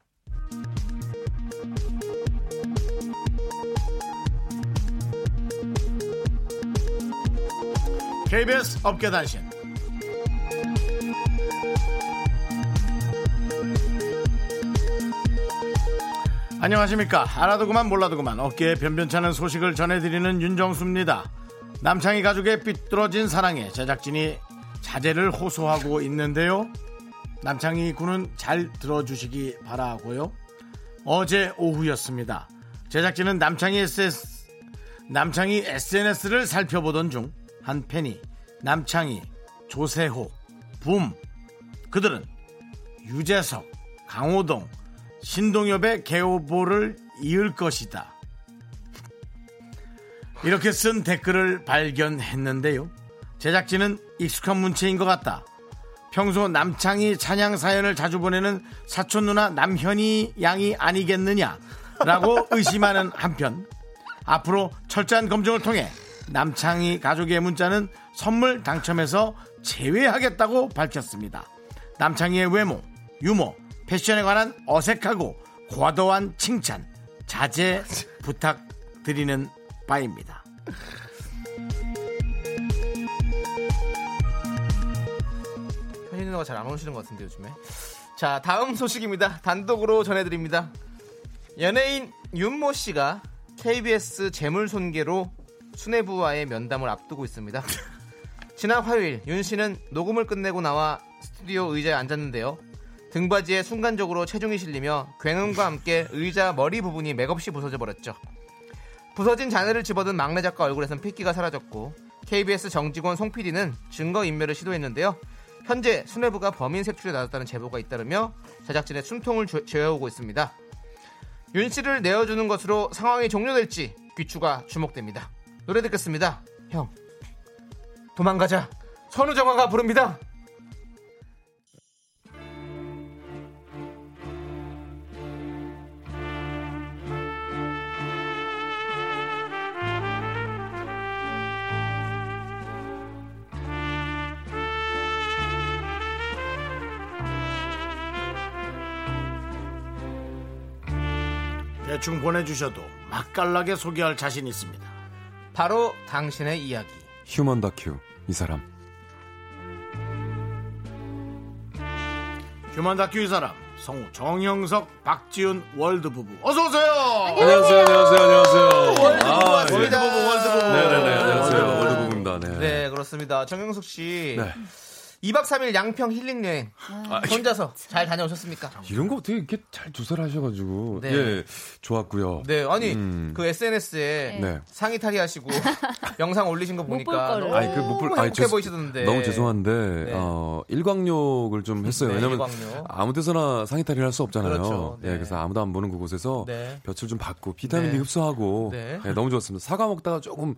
C: KBS 업계단신 안녕하십니까 알아두고만 몰라도고만 어깨에 변변찮은 소식을 전해드리는 윤정수입니다 남창희 가족의 삐뚤어진 사랑에 제작진이 자제를 호소하고 있는데요 남창희 군은 잘 들어주시기 바라고요. 어제 오후였습니다. 제작진은 남창희 SS 남창희 SNS를 살펴보던 중 한 팬이 남창희, 조세호, 붐 그들은 유재석, 강호동, 신동엽의 개오보를 이을 것이다. 이렇게 쓴 댓글을 발견했는데요. 제작진은 익숙한 문체인 것 같다. 평소 남창희 찬양 사연을 자주 보내는 사촌 누나 남현희 양이 아니겠느냐라고 의심하는 한편 앞으로 철저한 검증을 통해 남창희 가족의 문자는 선물 당첨에서 제외하겠다고 밝혔습니다. 남창희의 외모, 유머, 패션에 관한 어색하고 과도한 칭찬 자제 부탁드리는 바입니다.
D: 현인 누나가 잘 안 오시는 것 같은데 요즘에. 자 다음 소식입니다. 단독으로 전해드립니다. 연예인 윤모 씨가 KBS 재물 손괴로 수뇌부와의 면담을 앞두고 있습니다. [laughs] 지난 화요일 윤 씨는 녹음을 끝내고 나와 스튜디오 의자에 앉았는데요. 등받이에 순간적으로 체중이 실리며 굉음과 함께 의자 머리 부분이 맥없이 부서져 버렸죠. 부서진 잔해를 집어든 막내 작가 얼굴에선 핏기가 사라졌고 KBS 정직원 송 PD는 증거 인멸을 시도했는데요. 현재 수뇌부가 범인 색출에 나섰다는 제보가 잇따르며 제작진의 숨통을 죄- 죄어오고 있습니다. 윤 씨를 내어주는 것으로 상황이 종료될지 귀추가 주목됩니다. 노래 듣겠습니다. 형 도망가자. 선우정화가 부릅니다.
C: 대충 보내주셔도 맛깔나게 소개할 자신 있습니다.
D: 바로 당신의 이야기.
J: 휴먼 다큐 이 사람
C: 휴먼 다큐 이 사람 성우 정영석 박지훈 월드 부부 어서 오세요.
J: 안녕하세요 안녕하세요
D: 네. 월드
J: 안녕하세요
D: 부부, 월드 부부.
J: 아, 예. 네네네 안녕하세요 월드부부입니다 네,
D: 네, 그렇습니다. 정영숙 씨.
J: 네.
D: 2박 3일 양평 힐링 여행 아,
K: 아,
D: 혼자서 잘 다녀오셨습니까?
J: 이런 거 어떻게 이렇게 잘 조사를 하셔가지고
D: 네.
J: 예 좋았고요
D: 네, 아니
J: 음.
D: 그 SNS에
J: 네.
D: 상의 탈의하시고 [laughs] 영상 올리신 거
K: 볼
D: 보니까
K: 거를.
D: 너무
J: 아니 그못 볼, 아니,
D: 행복해
J: 죄송-
D: 보이시던데.
J: 너무 죄송한데
D: 네.
J: 어 일광욕을 좀 했어요.
D: 네,
J: 왜냐면
D: 일광욕.
J: 아무 데서나 상의탈의를 할 수 없잖아요.
D: 그렇죠. 네.
J: 예, 그래서 아무도 안 보는 그곳에서
D: 네.
J: 볕을 좀 받고 비타민 D
D: 네.
J: 흡수하고
D: 네.
J: 예, 너무 좋았습니다. 사과 먹다가 조금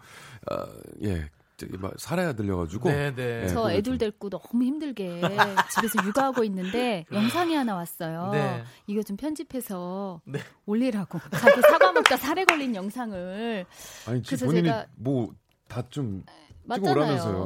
J: 어, 예. 저기 막 살아야 들려가지고
D: 네, 네.
J: 예,
K: 저
J: 그래서
K: 애들 데리고 너무
D: [laughs]
K: 힘들게 집에서 육아하고 있는데 영상이 하나 왔어요.
D: 네.
K: 이거 좀 편집해서
D: 네.
K: 올리라고. 자기 사과 먹다 살에
D: [laughs]
K: 걸린 영상을
J: 아니 지금
K: 그래서
J: 본인이
K: 제가- 아,
J: 뭐 다 좀 오라면서요,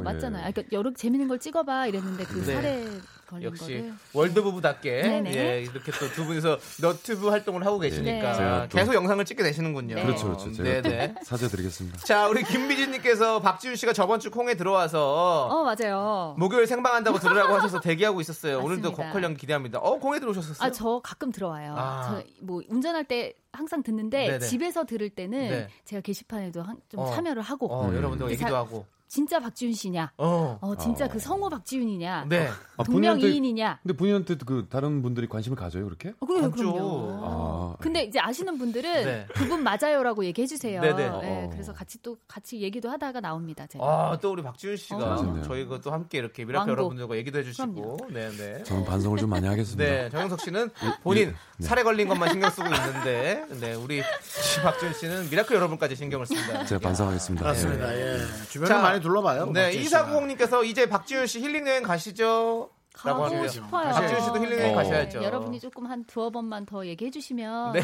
K: 맞잖아요.
J: 예.
K: 맞잖아요. 아, 그러니까 여러 재밌는 걸 찍어봐 이랬는데 그
D: 네.
K: 살에 걸린
D: 역시
K: 거를
D: 월드 부부답게
K: 네네.
D: 예, 이렇게 또 두 분이서 너튜브 활동을 하고
K: 네.
D: 계시니까
J: 제가 또-
D: 계속 영상을 찍게 되시는군요.
K: 네.
J: 그렇죠, 그렇죠. 제가
D: 네네.
J: 또 사죄드리겠습니다.
D: 자, 우리 김비진님께서 박지윤 씨가 저번 주 콩에 들어와서
K: 어 맞아요.
D: 목요일 생방한다고 들으라고 하셔서 대기하고 있었어요. 오늘도
K: 맞습니다.
D: 거컬 연기 기대합니다. 어, 공에 들어오셨었어요?
K: 아 저 가끔 들어와요.
D: 아.
K: 저 뭐 운전할 때 항상 듣는데
D: 네네. 일단은
K: 집에서 들을 때는
D: 네.
K: 제가 게시판에도 한- 좀
D: 어.
K: 참여를 하고
D: 어, 여러분들
K: 음.
D: 얘기도
K: 사-
D: 하고.
K: 진짜 박지훈 씨냐?
D: 어.
K: 어 진짜 그 성우 박지훈이냐?
D: 네.
J: 아,
K: 동명이인이냐?
J: 근데 본인한테 그 다른 분들이 관심을 가져요, 그렇게?
K: 어, 그래요,
D: 안죠.
K: 그럼요.
J: 아,
K: 근데 이제 아시는 분들은
D: 네.
K: 그분 맞아요라고 얘기해 주세요.
D: 네네.
K: 예,
J: 어.
K: 그래서 같이 또 같이 얘기도 하다가 나옵니다. 제가.
D: 아, 또 우리 박지윤 씨가
J: 그럼요.
D: 저희가 또 함께 이렇게 미라클
K: 어. 왕고.
D: 여러분들과 얘기도 해주시고. 네, 네.
J: 저는 반성을 좀 많이 하겠습니다.
D: 네, 정영석 씨는 본인 살에 걸린 것만 신경 쓰고 있는데, 네, 우리 박지윤 씨는 미라클 여러분까지 신경을 씁니다. 네,
J: 제가 반성하겠습니다.
D: 아,
C: 그렇습니다. 예. 주변을
D: 자,
C: 많이 둘러봐요.
D: 네,
C: 박지훈 씨가.
D: 이사구공님께서 이제 박지윤 씨 힐링 여행 가시죠?
K: 가고
C: 예.
D: 하는데요.
K: 싶어요.
D: 박지윤 씨도 힐링에
K: 네.
D: 가셔야죠.
K: 여러분이 조금 한 두어 번만 더 얘기해 주시면
D: 어. 네.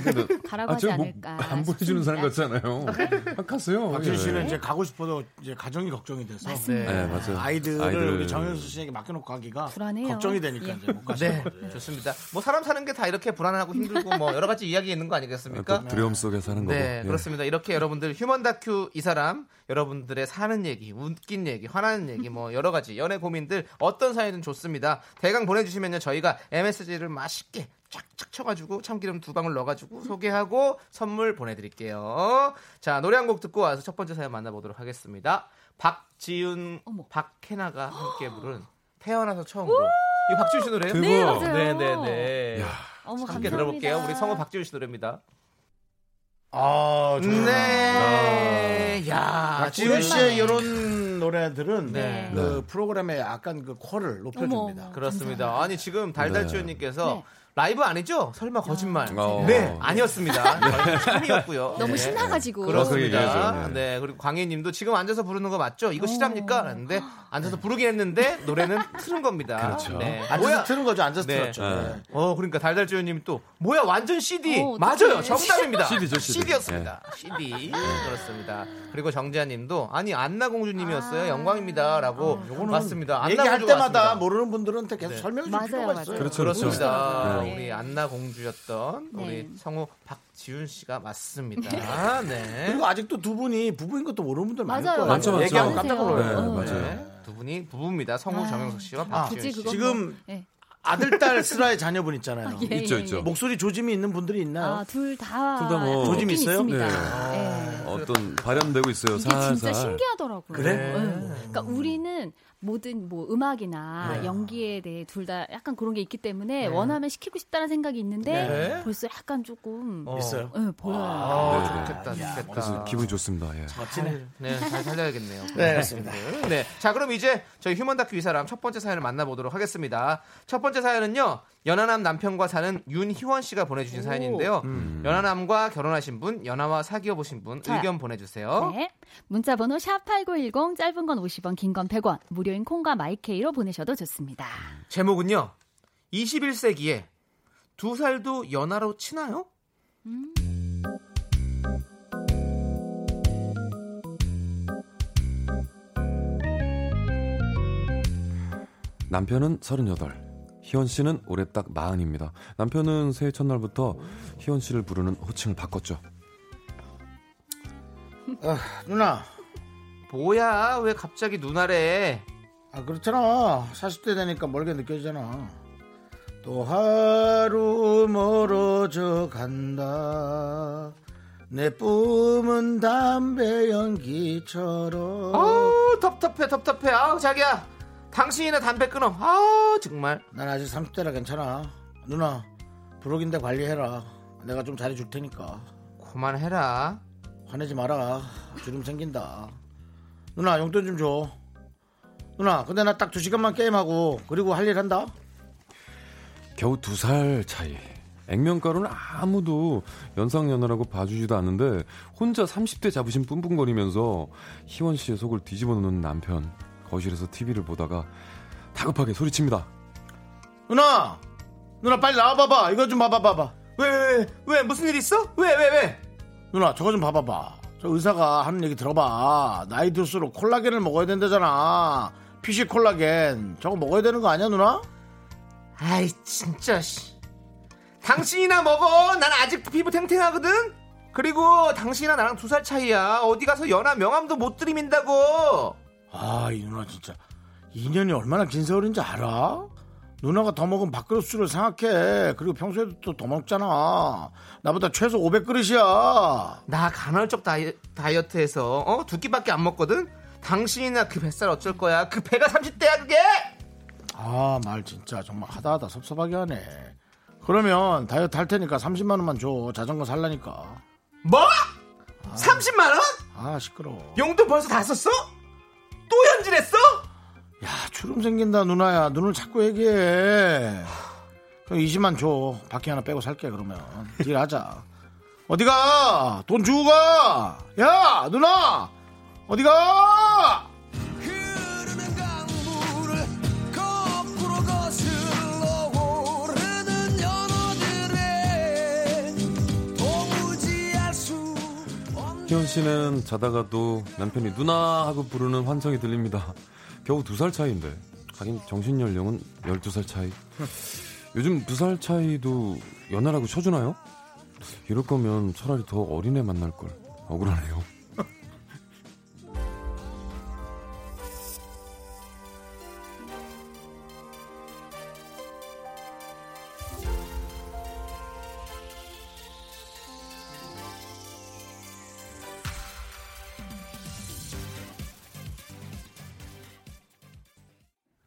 K: 가라고 하지
J: 예. 아, 저뭐
K: 않을까.
J: 안 보내주는 사람 같잖아요.
K: [laughs]
J: 아, 가세요.
C: 박준
J: 예.
C: 씨는 이제 가고 싶어도 이제 가정이 걱정이 돼서
K: 맞습니다.
J: 네, 맞아요.
C: 아이들을
J: 아이들을-
C: 우리 정현수 씨에게 맡겨놓고 가기가
K: 불안해요.
C: 걱정이 되니까
K: 예.
C: 이제 못 가시는
D: 네,
C: 거죠.
D: 좋습니다. 뭐 사람 사는 게 다 이렇게 불안하고 힘들고 뭐 여러 가지 이야기 있는 거 아니겠습니까?
J: 예, 또 두려움 속에 사는 거고.
D: 네,
J: 예.
D: 그렇습니다. 이렇게 여러분들 휴먼 다큐 이 사람 여러분들의 사는 얘기, 웃긴 얘기, 화나는 얘기, 뭐 여러 가지 연애 고민들 어떤 사연이든 좋습니다. 대강 보내주시면요 저희가 MSG를 맛있게 쫙쫙 쳐가지고 참기름 두 방울 넣어가지고 소개하고 선물 보내드릴게요. 자 노래 한 곡 듣고 와서 첫 번째 사연 만나보도록 하겠습니다. 박지윤,
K: 어머.
D: 박해나가
K: [gasps]
D: 함께 부른 태어나서 처음으로 이거 박지윤 씨 노래예요?
K: 네, 맞아요.
D: 네네네.
K: 어머
D: 함께
K: 감사합니다.
D: 들어볼게요. 우리 성우 박지윤 씨 노래입니다.
C: 아, 좋아요.
D: 네. 야,
C: 박지윤
D: 오랜만에.
C: 씨의 이런 노래들은
D: 네.
C: 그 프로그램의 약간 그 퀄을 높여줍니다.
K: 어머, 어머.
D: 그렇습니다. 아니 지금 달달지원님께서
K: 네.
D: 라이브 아니죠? 설마 거짓말?
J: 어.
D: 네, 아니었습니다. 저희는 참이었고요.
K: 너무
D: 네.
K: 신나가지고.
D: 그렇습니다.
J: 얘기하죠. 네.
D: 네, 그리고 광희님도 지금 앉아서 부르는 거 맞죠? 이거 실합니까? 라는데 앉아서 부르긴 했는데 노래는 틀은 겁니다.
J: 그렇죠.
D: 네.
C: 앉아서
D: 뭐야?
C: 틀은 거죠. 앉아서
D: 네.
C: 틀었죠.
J: 네.
C: 네.
D: 어, 그러니까 달달지원님이 또 뭐야 완전 CD
K: 어, 어떡해.
D: 맞아요 정답입니다
J: CD 죠, CD.
D: 였습니다 CD 그렇습니다 그리고 정재환님도 아니 안나공주님이었어요 영광입니다라고 맞습니다 안나
C: 얘기할
D: 공주가
C: 때마다 뭐
D: 왔습니다.
C: 모르는 분들은 계속
D: 네.
C: 설명해 줄
K: 맞아요,
C: 필요가
K: 맞아요.
C: 있어요.
J: 그렇죠.
D: 그렇습니다
K: 네.
D: 우리 안나 공주였던
K: 네.
D: 우리 성우 박지윤 씨가 맞습니다 네.
C: 그리고 아직도 두 분이 부부인 것도 모르는 분들 많을
K: 맞아요.
C: 거예요.
J: 많죠, 많죠.
C: 얘기하면
J: 맞아요.
C: 깜짝 놀라요.
J: 네, 맞아요.
D: 네. 두 분이 부부입니다 성우
K: 아.
D: 정영석 씨와
K: 아,
D: 박지윤
K: 굳이
D: 씨
K: 그거
C: 지금
K: 뭐, 예.
C: 아들,
K: [laughs]
C: 딸, 슬라의 자녀분 있잖아요.
K: 예,
J: 있죠,
K: 예,
J: 있죠.
K: 예.
C: 목소리 조짐이 있는 분들이 있나요?
K: 아, 둘 다.
J: 둘다 뭐-
K: 있긴
C: 조짐 있어요?
K: 있습니다.
J: 네.
K: 예.
J: 어떤 발현되고 있어요.
K: 이게 진짜
J: 살살.
K: 신기하더라고요.
C: 그래?
K: 예. 그러니까 우리는 모든 뭐 음악이나
D: 네.
K: 연기에 대해 둘 다 약간 그런 게 있기 때문에 원하면 시키고 싶다는 생각이 있는데
D: 네.
K: 벌써 약간 조금
D: 어.
C: 있어요.
K: 예, 보여요.
D: 아,
J: 네, 네.
D: 좋겠다
J: 그래서
D: 좋겠다
J: 기분이 좋습니다. 예.
C: 멋지네.
D: 네, 잘 [laughs] 살려야겠네요.
C: 네.
D: 그렇습니다. 네. 자, 그럼 이제 저희 휴먼 다큐 이 사람 첫 번째 사연을 만나보도록 하겠습니다. 첫 번째 사연은요, 연하남 남편과 사는 윤희원 씨가 보내주신 사연인데요. 연하남과 결혼하신 분, 연하와 사귀어보신 분
K: 저요.
D: 의견 보내주세요.
K: 네. 문자번호 샵8910 짧은 건 50원, 긴 건 100원, 무료인 콩과 마이케이로 보내셔도 좋습니다.
D: 제목은요, 21세기에 두 살도 연하로 치나요?
J: 남편은 38. 희원 씨는 올해 딱 40입니다. 남편은 새해 첫날부터 희원 씨를 부르는 호칭을 바꿨죠.
C: 누나,
D: 뭐야, 왜 갑자기 눈알에.
C: 아 그렇잖아 40대 되니까 멀게 느껴지잖아 또 하루 멀어져 간다 내 뿜은 담배 연기처럼
D: 아우, 어, 텁텁해, 텁텁해. 아우, 자기야. 당신이나 담배 끊어. 아우, 정말.
C: 난 아직 30대라 괜찮아 누나 부록인데 관리해라 내가 좀 잘해줄 테니까
D: 그만해라.
C: 화내지 마라 주름 생긴다 누나 용돈 좀 줘 누나 근데 나 딱 2시간만 게임하고 그리고 할 일 한다
J: 겨우 두 살 차이. 액면가루는 아무도 연상연하라고 봐주지도 않는데 혼자 30대 자부심 뿜뿜거리면서 희원 씨의 속을 뒤집어 놓는 남편. 거실에서 TV를 보다가 다급하게 소리칩니다.
C: 누나 누나 빨리 나와봐봐 이거 좀 봐봐봐봐
D: 왜, 왜, 왜, 왜, 무슨 일 있어? 왜, 왜, 왜?
C: 누나 저거 좀 봐봐봐 저 의사가 하는 얘기 들어봐 나이 들수록 콜라겐을 먹어야 된다잖아 피시 콜라겐 저거 먹어야 되는 거 아니야 누나?
D: 아이, 진짜, 씨. 당신이나 먹어. 난 아직도 피부 탱탱하거든? 그리고 당신이나 나랑 두 살 차이야. 어디 가서 연하 명함도 못 들이민다고.
C: 아 이 누나 진짜 인연이 얼마나 긴 세월인지 알아? 누나가 더 먹은 밥그릇수를 생각해 그리고 평소에도 또 더 먹잖아 나보다 최소 500그릇이야
D: 나 간헐적 다이, 다이어트해서, 어? 두 끼밖에 안 먹거든? 당신이나 그 뱃살 어쩔 거야. 그 배가 30대야, 그게!
C: 아 말 진짜 정말 하다하다 섭섭하게 하네 그러면 다이어트 할 테니까 30만 원만 줘 자전거 살라니까
D: 뭐? 30만원?
C: 아 시끄러워
D: 용돈 벌써 다 썼어? 또 현질했어?
C: 야, 아, 주름 생긴다, 누나야. 눈을 자꾸 얘기해. 그럼 20만 줘. 바퀴 하나 빼고 살게, 그러면. 딜하자. 어디가? 돈 주고 가! 야! 누나! 어디가?
H: 흐르는 강물을 거꾸로 거슬
J: 희원 씨는 자다가도 남편이 누나 하고 부르는 환성이 들립니다. 겨우 두 살 차이인데 하긴 정신 연령은 12살 차이. 요즘 두 살 차이도 연하라고 쳐주나요? 이럴 거면 차라리 더 어린애 만날 걸. 억울하네요.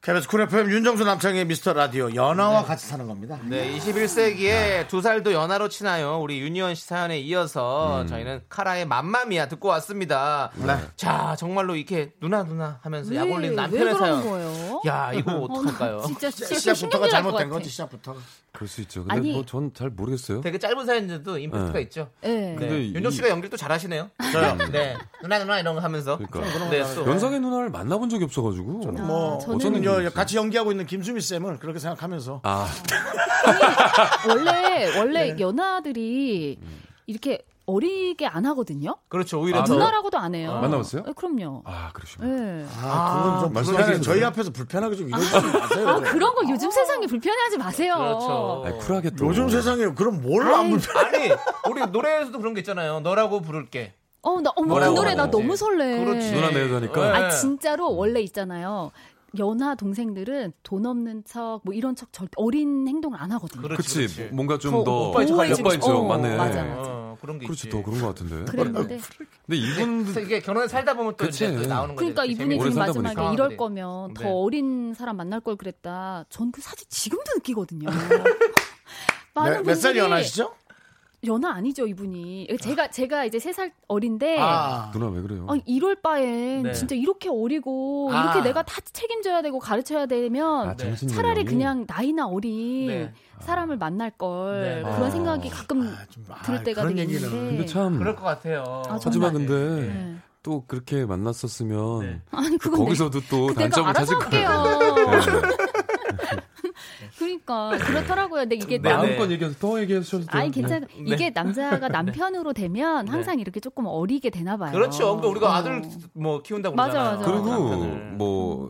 C: KBS 쿨 FM 윤정수 남창의 미스터 라디오 연하와 같이 사는 겁니다.
D: 네, 21세기에 두 살도 연하로 치나요? 우리 윤희원 씨 사연에
J: 음.
D: 이어서 저희는 카라의 맘마미아 듣고 왔습니다.
J: 네.
D: 자, 정말로 이렇게 누나 누나 하면서 약 올린
K: 왜
D: 남편의
K: 그런
D: 사연.
K: 거예요?
D: 야, 이거 어떡할까요?
K: [laughs] 진짜 진짜 신경
C: 시작부터가
K: 날것
C: 잘못된
K: 같아.
C: 거지 시작부터.
J: 그럴 수 있죠. 근데
K: 아니.
J: 뭐 전 잘 모르겠어요.
D: 되게 짧은 사연인데도 임팩트가
J: 네.
D: 있죠.
K: 네.
D: 네.
J: 근데 이-
D: 윤정 씨가 연기를 또 잘하시네요.
C: 저요.
D: [laughs] 네. 누나 누나 이런 거 하면서.
J: 그러니까.
D: 네, 또.
J: 연상의 누나를 만나본 적이 없어가지고. 음,
C: 뭐
K: 저는- 네.
C: 저는 요
J: 모르겠어요.
C: 같이 연기하고 있는 김수미 쌤을 그렇게 생각하면서
J: 아,
K: 원래 원래 연하들이 이렇게 어리게 안 하거든요.
D: 그렇죠. 오히려
J: 아,
D: 더.
K: 누나라고도 안 해요.
J: 만나봤어요?
K: 네, 그럼요.
J: 아, 그러시구나.
K: 네.
C: 아, 그건 좀
J: 말씀하시는
C: 불편해.
J: 거죠?
C: 저희 앞에서 불편하게 좀 이러지 마세요.
K: 아
C: 좀.
K: 그런 거 요즘 세상에 불편해하지 마세요.
D: 그렇죠.
J: 아니, 쿨하게 또.
C: 요즘 세상에 그럼 뭘 안 불편?
D: 아니, 우리 노래에서도 그런 게 있잖아요. 너라고 부를게.
K: 어, 나, 어머, 그
J: 뭐라고
K: 노래 나
J: 하는지.
K: 너무 설레.
D: 그렇지.
J: 누나 내자니까.
K: 아, 진짜로 원래 있잖아요. 연하 동생들은 돈 없는 척, 뭐 이런 척, 절, 어린 행동을 안 하거든요.
D: 그렇지.
J: 그치,
D: 그렇지.
J: 뭔가
D: 더
J: 좀더
D: 오빠인 척 하려고.
J: 오빠인 척,
K: 어,
J: 맞네.
K: 맞아, 맞아.
D: 어, 그런 게
J: 그렇지,
D: 있지.
J: 더 그런 것 같은데.
K: 그랬는데.
J: 근데 이분
D: 그래서 이게 결혼에 살다 보면 또 이제
J: 그치.
D: 또 나오는 거죠.
K: 그러니까 이분이
J: 오래
K: 지금
J: 살다
K: 마지막에
C: 아,
J: 보니까.
K: 이럴 거면
D: 네.
K: 더 어린 사람 만날 걸 그랬다. 전 그 사실 지금도 느끼거든요.
C: [laughs]
K: 많은
C: 몇 살
K: 분들이-
C: 연하시죠?
K: 연하 아니죠, 이분이. 제가, 제가 이제 세 살 어린데.
C: 아,
J: 누나 왜 그래요?
K: 아, 이럴 바엔
D: 네.
K: 진짜 이렇게 어리고
D: 아.
K: 이렇게 내가 다 책임져야 되고 가르쳐야 되면
J: 아, 정신
K: 어, 차라리
J: 연령이?
K: 그냥 나이나 어린
D: 네.
K: 사람을 만날 걸
D: 네.
K: 그런
J: 아.
K: 생각이 가끔
C: 아, 좀 아,
K: 들 음. 때가
C: 그런
K: 되게
C: 얘기는.
K: 있는데
J: 근데 참
D: 그럴 것 같아요.
K: 아, 정말.
J: 하지만 근데
K: 네.
J: 또 그렇게 만났었으면
D: 네.
K: 아니 그건
J: 거기서도 또
K: 내, 가
J: 단점을
K: 알아서
J: 찾을 거예요. 네.
K: 할게요. [laughs] 그러니까 그렇더라고요. 근데 이게
D: 네,
K: 남-
D: 네.
J: 마음껏 얘기해서 더 얘기하셔도
K: 아니
J: 네,
K: 괜찮아. 이게 남자가 남편으로 되면 항상 이렇게 조금 어리게 되나 봐요.
D: 그렇죠. 근데 우리가
K: 어.
D: 아들 뭐 키운다고
K: 맞아,
D: 그러잖아요.
K: 맞아.
J: 그리고
D: 남편을.
J: 뭐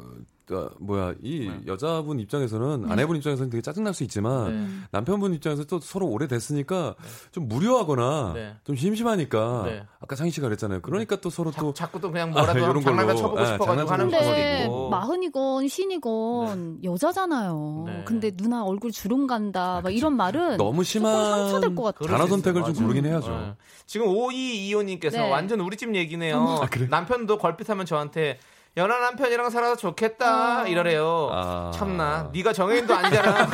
J: 아, 뭐야 이 여자분 입장에서는
K: 음.
J: 아내분 입장에서는 되게 짜증날 수 있지만
D: 네.
J: 남편분 입장에서 또 서로 오래됐으니까 좀 무료하거나
D: 네.
J: 좀 심심하니까
D: 네.
J: 아까 창희 씨가 그랬잖아요. 그러니까 또 서로 또
D: 자, 꾸또 그냥
J: 아,
D: 뭐라도
J: 이런
D: 장난감
J: 걸로.
D: 쳐보고
J: 예,
D: 싶어가지고
J: 장난감
D: 하는
J: 쳐보고
K: 근데
D: 거고.
J: 싶어가지고.
K: 네. 마흔이건
C: 네.
K: 쉰이건 여자잖아요.
D: 네.
K: 근데 누나 얼굴 주름 간다
C: 아,
K: 막 이런 말은
J: 너무
K: 조금
J: 심한
K: 상처될 것 같아요.
D: 그럴
J: 단어
D: 수 있어요.
J: 선택을 좀
D: 맞아요.
J: 고르긴 해야죠.
D: 네. 지금 5225님께서
K: 네.
D: 완전 우리 집
J: 아,
D: 얘기네요. 남편도 걸핏하면 저한테 연하 남편이랑 살아서
K: 어.
D: 좋겠다 이러래요.
J: 아.
D: 참나, 네가 정해인도
J: [laughs]
D: 아니잖아.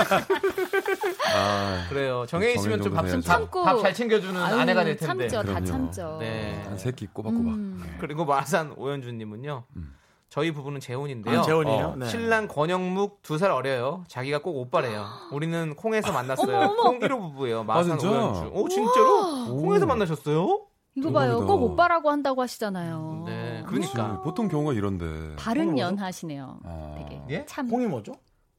J: 아,
D: 그래요. 정해인 있으면 좀 밥
J: 정해인
K: 정도 돼야죠.
D: 잘 챙겨주는
K: 아유,
D: 아내가 될 텐데.
K: 참죠, 다
J: 그럼요.
K: 참죠. 음.
D: 네.
J: 한 새끼 꼬박꼬박. 네.
D: 그리고 마산 오현주님은요.
J: 음.
D: 저희 부부는 재혼인데요.
C: 아, 재혼이에요?
D: 어,
C: 네.
D: 신랑 권영묵 두 살 어려요. 자기가 꼭 오빠래요. 우리는 콩에서 만났어요.
K: 어머, 어머.
D: 콩기로 부부예요. 마산
J: 아, 진짜?
D: 오현주. 오 진짜로? 콩에서 만나셨어요?
K: 이거 봐요.
J: 대박이다.
K: 꼭 오빠라고 한다고 하시잖아요.
D: 네.
J: 음. 그치,
D: 그러니까.
J: 보통 경우가 이런데.
K: 바른 연 하시네요.
J: 아.
K: 되게
D: 예?
K: 참.
C: 콩이 뭐죠?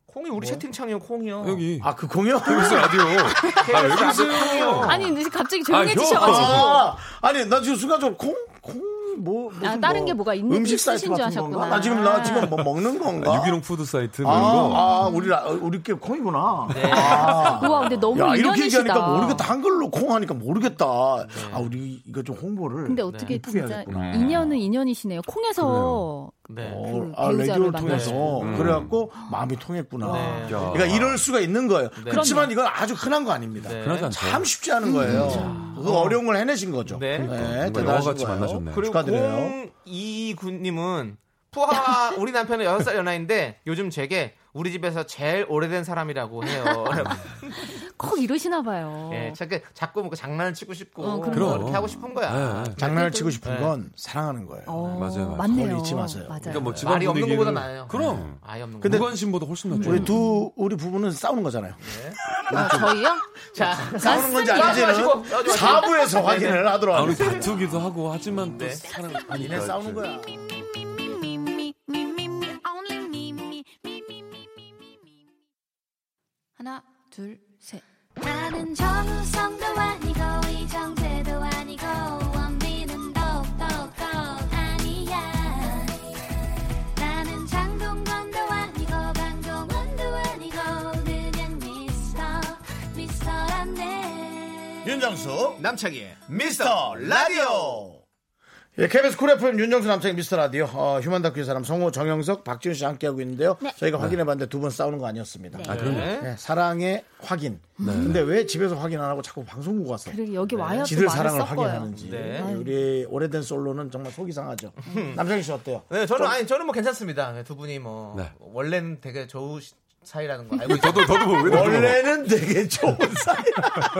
D: 콩이 우리 채팅창이요. 콩이요.
J: [laughs] 여기
C: 아, 그 콩이요?
J: KBS 라디오. 아, 왜
D: KBS
J: 그러세요?
D: 라디오.
K: 아니 근데 갑자기
J: 아,
K: 조용해지셔가지고
C: 네, 아, 아니, 나 지금 순간적으로 콩, 콩, 뭐, 무슨
K: 아, 다른 게 뭐가 있는-
C: 음식
K: 있으신
C: 사이트
K: 줄
C: 같은
K: 아셨구나.
C: 건가? 나 지금, 나 지금 뭐 먹는 건가?
J: 아, 유기농 푸드 사이트
C: 아,
J: 뭐 이런 거. 네.
C: 아, 우리, 라- 우리께 콩이구나. 아.
K: 우와 근데 너무
C: 야, 이렇게 얘기하니까 뭐
K: 인연이시다.
C: 모르겠다. 한글로 콩 하니까 모르겠다.
J: 네.
C: 아, 우리 이거 좀 홍보를.
K: 근데 어떻게
C: 네. 이쁘게
K: 진짜
C: 하겠구나.
K: 인연은 인연이시네요. 콩에서
D: 네.
C: 어,
K: 그
C: 아,
K: 배우자를
C: 라디오를
K: 만나고
C: 통해서
J: 음.
C: 그래갖고 마음이 통했구나.
D: 네.
J: 어. 야.
C: 그러니까 이럴 수가 있는 거예요.
J: 네.
C: 그렇지만 이건 아주 흔한 거 아닙니다.
D: 네.
J: 흔하지 않죠.
C: 참 쉽지 않은 거예요.
J: 음,
C: 그 어려운 걸 해내신 거죠.
D: 네.
J: 뭔가
C: 대단하신
J: 그러니까 영화같이
C: 거예요.
J: 만나셨네.
D: 그리고
C: 축하드려요.
D: 02군님은 푸하 우리 남편은 6살 연하인데 요즘 제게 우리 집에서 제일 오래된 사람이라고 해요.
K: [laughs] 꼭 이러시나 봐요.
D: 예, 자꾸, 자꾸 뭐 장난을 치고 싶고
K: 어,
D: 그
K: 그럼.
D: 렇게 하고 싶은 거야.
J: 예, 예.
C: 장난을 치고 싶은 건 사랑하는 거예요.
K: 어,
J: 맞아요, 맞아요.
K: 네요
C: 그걸 잊지 마세요.
K: 맞아요.
J: 그러니까 뭐 집안
D: 말이 없는
J: 분위기를-
D: 것보다 나아요. 네.
J: 그럼.
D: 아예 없는 거.
C: 근데-
J: 무관심보다 훨씬 낫죠.
C: 우리 두 우리 부부는 싸우는 거잖아요.
J: 네.
C: 뭐,
K: 아, 저희요?
D: 자,
C: 싸우는 건지
D: 마시고,
C: 아닌지는
D: 싸우지 마시고.
C: 사부에서 확인을 하도록
J: 아, 우리
C: 하겠습니다.
J: 다투기도 하고 하지만 또
D: 네.
J: 사랑
C: 니네
J: 그러니까
C: 싸우는 거야.
G: me, me, me, me, me, only me, me, me, me, me, me, me, me.
L: 하나, 둘, 셋.
G: 나는 정우성도 아니고 이정재도 아니고 원빈은 더욱
C: 윤정수
D: 남창희의 미스터 라디오
C: 예, KBS 쿨 FM 윤정수 남창희 미스터 라디오 어, 휴먼 다큐의 사람 성우 정영석 박지훈 씨 함께하고 있는데요.
K: 네.
J: 네.
C: 저희가 확인해봤는데 두 분 싸우는 거 아니었습니다.
J: 아, 그럼요. 네.
C: 예, 사랑의 확인.
D: 네.
C: 근데 왜 집에서 확인 안 하고 자꾸 방송국 와서
K: 그리고 여기 와야 또
C: 지들
K: 말을
C: 사랑을
K: 섞어요. 음.
C: 확인하는지
D: 네.
C: 우리 오래된 솔로는 정말 속이 상하죠. 남창희 씨 어때요?
D: 네, [laughs] 저는 아니 저는 뭐 괜찮습니다. 네, 두 분이 뭐
C: 네.
D: 원래는 되게 좋은 사이라는 거 알고 있
J: 뭐,
C: 원래는 되게 좋은 사이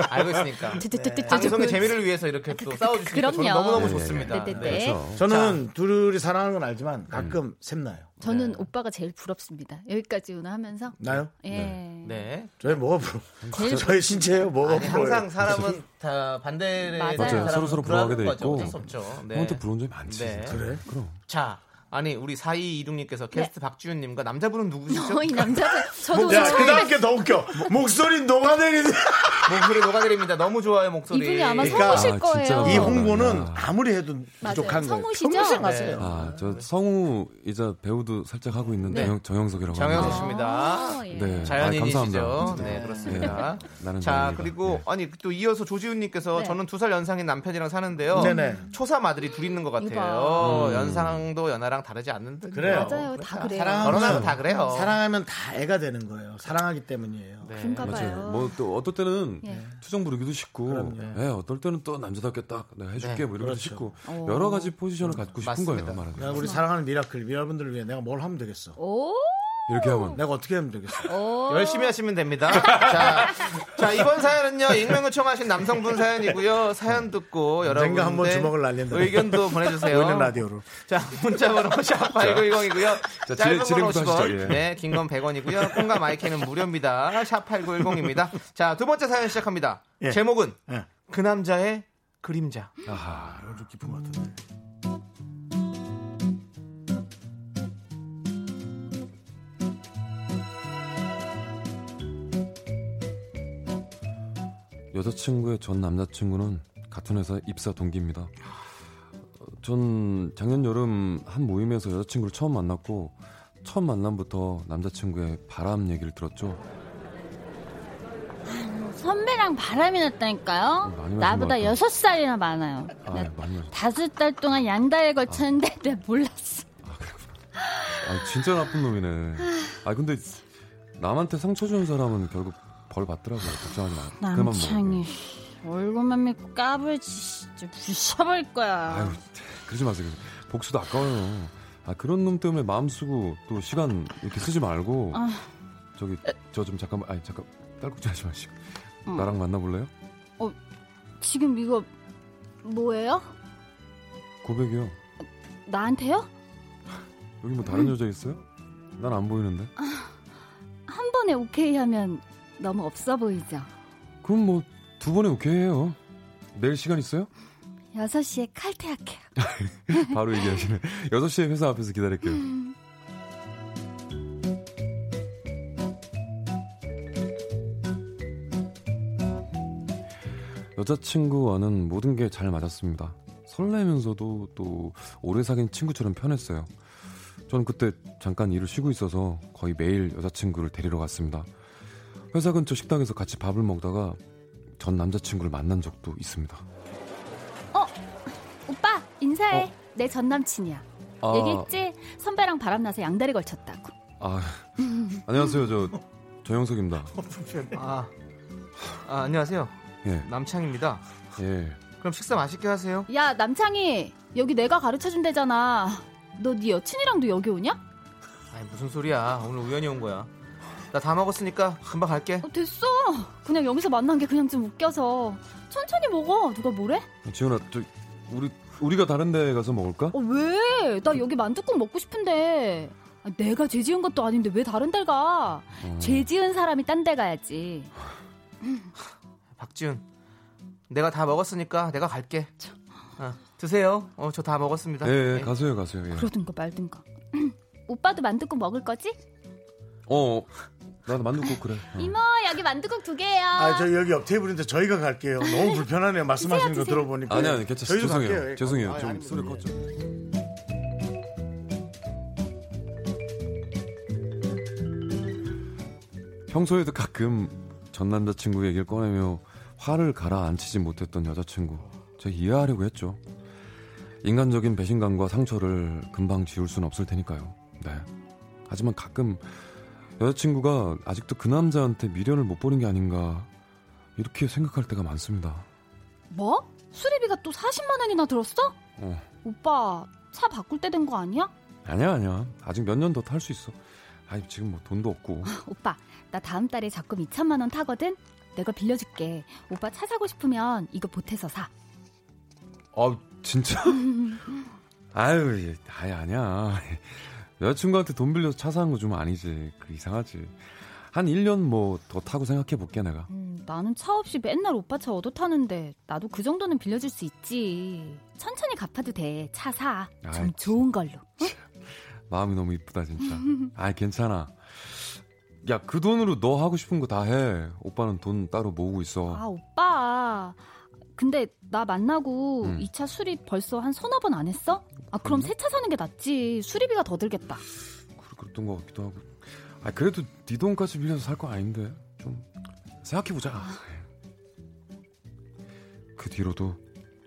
D: 알고 있으니까. 네,
C: 뚜뚜뚜뚜뚜.
D: 방송의 재미를 위해서 이렇게 또 싸워 주시니까 저는
K: 아, 그, 그럼요.
D: 너무너무
K: 네,
C: 아,
D: 좋습니다.
K: 네, 네, 네. 그렇죠.
C: [laughs] 저는 둘이 사랑하는 건
D: 음.
C: 알지만 가끔 샘나요.
D: 네.
K: 저는 오빠가 제일 부럽습니다. 여기까지 오나 하면서
C: 나요?
K: 예.
D: 네.
C: 저희 뭐가 부러? [laughs]
K: 제일
C: 저희 신체예요. 뭐가
D: 아니,
C: 부러워요?
D: 항상 사람은 다 반대를
K: 맞아요.
J: 맞아요.
D: 사람은
J: 서로서로
D: 불안한
J: 부러워하게 돼
D: 거죠.
J: 있고.
D: 어쩔 수 없죠. 네.
J: 형한테 부러운 점이 많지.
D: 네.
J: 그래? 그럼.
D: 자, 아니 우리 4226님께서
K: 네.
D: 게스트 박지윤님과 남자분은 누구시죠?
K: 저희
D: [laughs]
K: 남자분
D: 뭐?
K: 저도
D: 야,
K: 처음에
D: 그다음
C: 더 웃겨. 목소리
D: [laughs]
C: 녹아내리는.
D: 목소리 녹아내립니다. 너무 좋아요 목소리. 그러니까
K: 이분이 아마 성우실 거예요.
C: 이 홍보는 아무리 해도
K: 맞아요.
C: 부족한 거예요.
K: 성우시죠?
C: 평생 하세요.
J: 아, 저 성우이자 배우도 살짝 하고 있는
D: 네.
J: 정영, 정영석이라고
D: 정영석
J: 합니다.
D: 씨입니다.
K: 예.
J: 네. 아,
D: 자연인이시죠.
J: 감사합니다.
D: 네, 그렇습니다.
J: 네. 나는
D: 자,
J: 자연이다.
D: 그리고 아니 또 이어서 조지훈님께서
K: 네.
D: 저는 두 살 연상인 남편이랑 사는데요.
C: 네네.
D: 초삼 아들이 둘 있는 것 같아요.
C: 이봐. 음.
D: 연상도 연하랑 다르지 않는 듯.
C: 그래요.
K: 맞아요. 다 그래요.
D: 결혼하면 다 그래요. 네.
C: 사랑하면 다 애가 되는 거예요. 사랑하기 때문이에요.
K: 그런가 봐요.
J: 맞아요. 뭐 또 어떨 때는
K: 예.
J: 투정 부르기도 쉽고, 예, 어떨 때는 또 남자답게 딱 내가 해줄게 뭐 이러기도
C: 그렇죠.
J: 쉽고
K: 오.
J: 여러 가지 포지션을 갖고 싶은
D: 맞습니다.
J: 거예요. 말하자면
C: 야, 우리 사랑하는 미라클 여러분들을 위해 내가 뭘 하면 되겠어.
K: 오.
J: 이렇게 하면
C: 내가 어떻게 하면 되겠어.
K: 오.
D: 열심히 하시면 됩니다. 자, 자, 이번 사연은요 익명 요청하신 남성분 사연이고요 사연 듣고 여러분
C: 언젠가 한번 주먹을 날린다.
D: 의견도 보내주세요.
C: 보이는 라디오로.
D: 자 문자번호 샵8910이고요
J: 자, 지-
D: 짧은 건
J: 진행부터
D: 50원
J: 하시죠, 예.
D: 네, 긴 건 100원이고요 콩과 마이크는 무료입니다 샵8910입니다 자 두 번째 사연 시작합니다
C: 예.
D: 제목은
C: 예.
D: 그 남자의 그림자
J: 아하.
C: 이건 좀 깊은 것 같은데.
J: 여자친구의 전 남자친구는 같은 회사 입사 동기입니다. 어, 전 작년 여름 한 모임에서 여자친구를 처음 만났고 첫 만남부터 남자친구의 바람 얘기를 들었죠.
F: 선배랑 바람이 났다니까요.
J: 많이 마신 것
F: 나보다
J: 같다.
F: 여섯 살이나 많아요.
J: 아,
F: 나
J: 많이 마셨-
F: 다섯 달 동안 양다리에 걸쳤는데 내가 몰랐어.
J: 아, 진짜 나쁜 놈이네. 아, 근데 남한테 상처 주는 사람은 결국 벌 받더라고요. 걱정하지 마. 그만 먹어.
F: 남창이 얼굴만 믿고 까불지 진짜 부숴버릴 거야.
J: 아유, 그러지 마세요. 복수도 아까워요. 아, 그런 놈 때문에 마음 쓰고 또 시간 이렇게 쓰지 말고
F: 아.
J: 저기 저 좀 잠깐만 아니 잠깐 딸꾹질 하지 마시고 나랑 만나볼래요?
F: 어, 지금 이거 뭐예요?
J: 고백이요.
F: 나한테요? 음.
J: 여기 뭐 다른 여자 있어요? 난 안 보이는데.
F: 아. 한 번에 오케이 하면 너무 없어 보이죠?
J: 그럼 뭐 두 번에 오케이 해요. 내일 시간 있어요?
F: 6시에 칼퇴할게요.
J: 바로 [laughs] 얘기하시네. 6시에 회사 앞에서 기다릴게요. 여자친구와는 모든 게 잘 맞았습니다. 설레면서도 또 오래 사귄 친구처럼 편했어요. 전 그때 잠깐 일을 쉬고 있어서 거의 매일 여자친구를 데리러 갔습니다. 회사 근처 식당에서 같이 밥을 먹다가 전 남자친구를 만난 적도 있습니다.
K: 오빠 인사해.
F: 네,
K: 내 전 남친이야.
J: 아.
K: 얘기했지? 선배랑 바람 나서 양다리 걸쳤다고.
J: 아, 안녕하세요. 저 정영석입니다.
D: 아, 아, 안녕하세요
J: 예,
D: 남창입니다
J: 예.
D: 그럼 식사 맛있게 하세요
K: 야 남창이 여기 내가 가르쳐 준대잖아. 너 네 여친이랑도 여기 오냐?
D: 아니 무슨 소리야 오늘 우연히 온 거야 나 다 먹었으니까 금방 갈게
K: 어, 됐어. 그냥 여기서 만난 게 그냥 좀 웃겨서 천천히 먹어. 누가 뭐래?
J: 지훈아, 저 우리 우리가 다른 데 가서 먹을까?
K: 어, 왜? 나 여기 만두국 먹고 싶은데. 아, 내가 죄 지은 것도 아닌데 왜 다른 데 가?
D: 음.
K: 죄 지은 사람이 딴 데 가야지.
D: 박지훈 내가 다 먹었으니까 내가 갈게 어, 드세요 어, 저 다
C: 네,
D: 먹었습니다
J: 예, 예,
D: 예.
J: 가세요, 가세요. 예.
K: 네. 그러든가
F: [clears throat]
K: 말든가. 오빠도 만두국 먹을 거지?
J: 어, 나도 만두국 그래. 어.
K: 이모 여기 만두국 두 개예요.
C: 아, 저 여기 옆 테이블인데 저희가 갈게요. 너무 불편하네요. 말씀하시는 거
K: 드세요, 드세요.
C: 들어보니까.
J: 아니 아니
C: 저희도
J: 괜찮습니다. 죄송해요.
C: 갈게요. 예,
J: 죄송해요.
C: 아니,
J: 좀
C: 아닙니다.
J: 소리
C: 예.
J: 컸죠. 평소에도 가끔 전 남자친구 얘기를 꺼내며 화를 가라앉히지 못했던 여자친구 저 이해하려고 했죠. 인간적인 배신감과 상처를 금방 지울 수는 없을 테니까요. 네. 하지만 가끔 여자친구가 아직도 그 남자한테 미련을 못 보는 게 아닌가 이렇게 생각할 때가 많습니다.
F: 뭐? 수리비가 또 40만 원이나 들었어?
J: 어.
F: 오빠 차 바꿀 때 된 거 아니야?
J: 아니야 아니야 아직 몇 년 더 탈 수 있어. 아니 지금 뭐 돈도 없고
F: 오빠 나 다음 달에 적금 2천만 원 타거든. 내가 빌려줄게. 오빠 차 사고 싶으면 이거 보태서 사.
J: 아 진짜? [laughs] 아유, 얘, 아니, 아니야. [laughs] 여자친구한테 돈 빌려서 차 사는 거 좀 아니지. 그 이상하지. 한 1년 뭐 더 타고 생각해 볼게, 내가.
F: 음, 나는 차 없이 맨날 오빠 차 얻어 타는데 나도 그 정도는 빌려줄 수 있지. 천천히 갚아도 돼. 차 사.
J: 아이,
F: 좀 좋은 걸로. 응?
J: 마음이 너무 이쁘다, 진짜. 아, 괜찮아. 야, 그 돈으로 너 하고 싶은 거 다 해. 오빠는 돈 따로 모으고 있어.
F: 아 오빠. 근데 나 만나고
J: 음.
F: 이 차 수리 벌써 한 서너 번 안 했어? 아 그럼 새 차 사는 게 낫지. 수리비가 더 들겠다.
J: 그랬던 것 같기도 하고. 아, 그래도 네 돈까지 빌려서 살 거 아닌데. 좀 생각해 보자. 그 뒤로도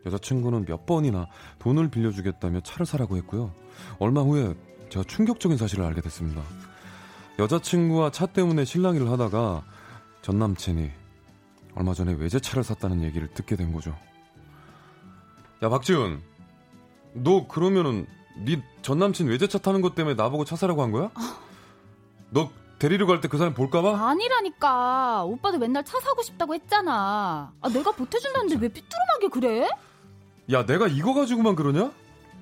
J: 여자친구는 몇 번이나 돈을 빌려주겠다며 차를 사라고 했고요. 얼마 후에 제가 충격적인 사실을 알게 됐습니다. 여자친구와 차 때문에 실랑이를 하다가 전 남친이 얼마 전에 외제차를 샀다는 얘기를 듣게 된 거죠. 야 박지훈, 너 그러면은 네 전 남친 외제차 타는 것 때문에 나보고 차 사라고 한 거야? 너 데리러 갈 때 그 사람 볼까봐?
F: 아니라니까. 오빠도 맨날 차 사고 싶다고 했잖아. 아 내가 보태준다는데 왜 삐뚤어하게 그래?
J: 야 내가 이거 가지고만 그러냐?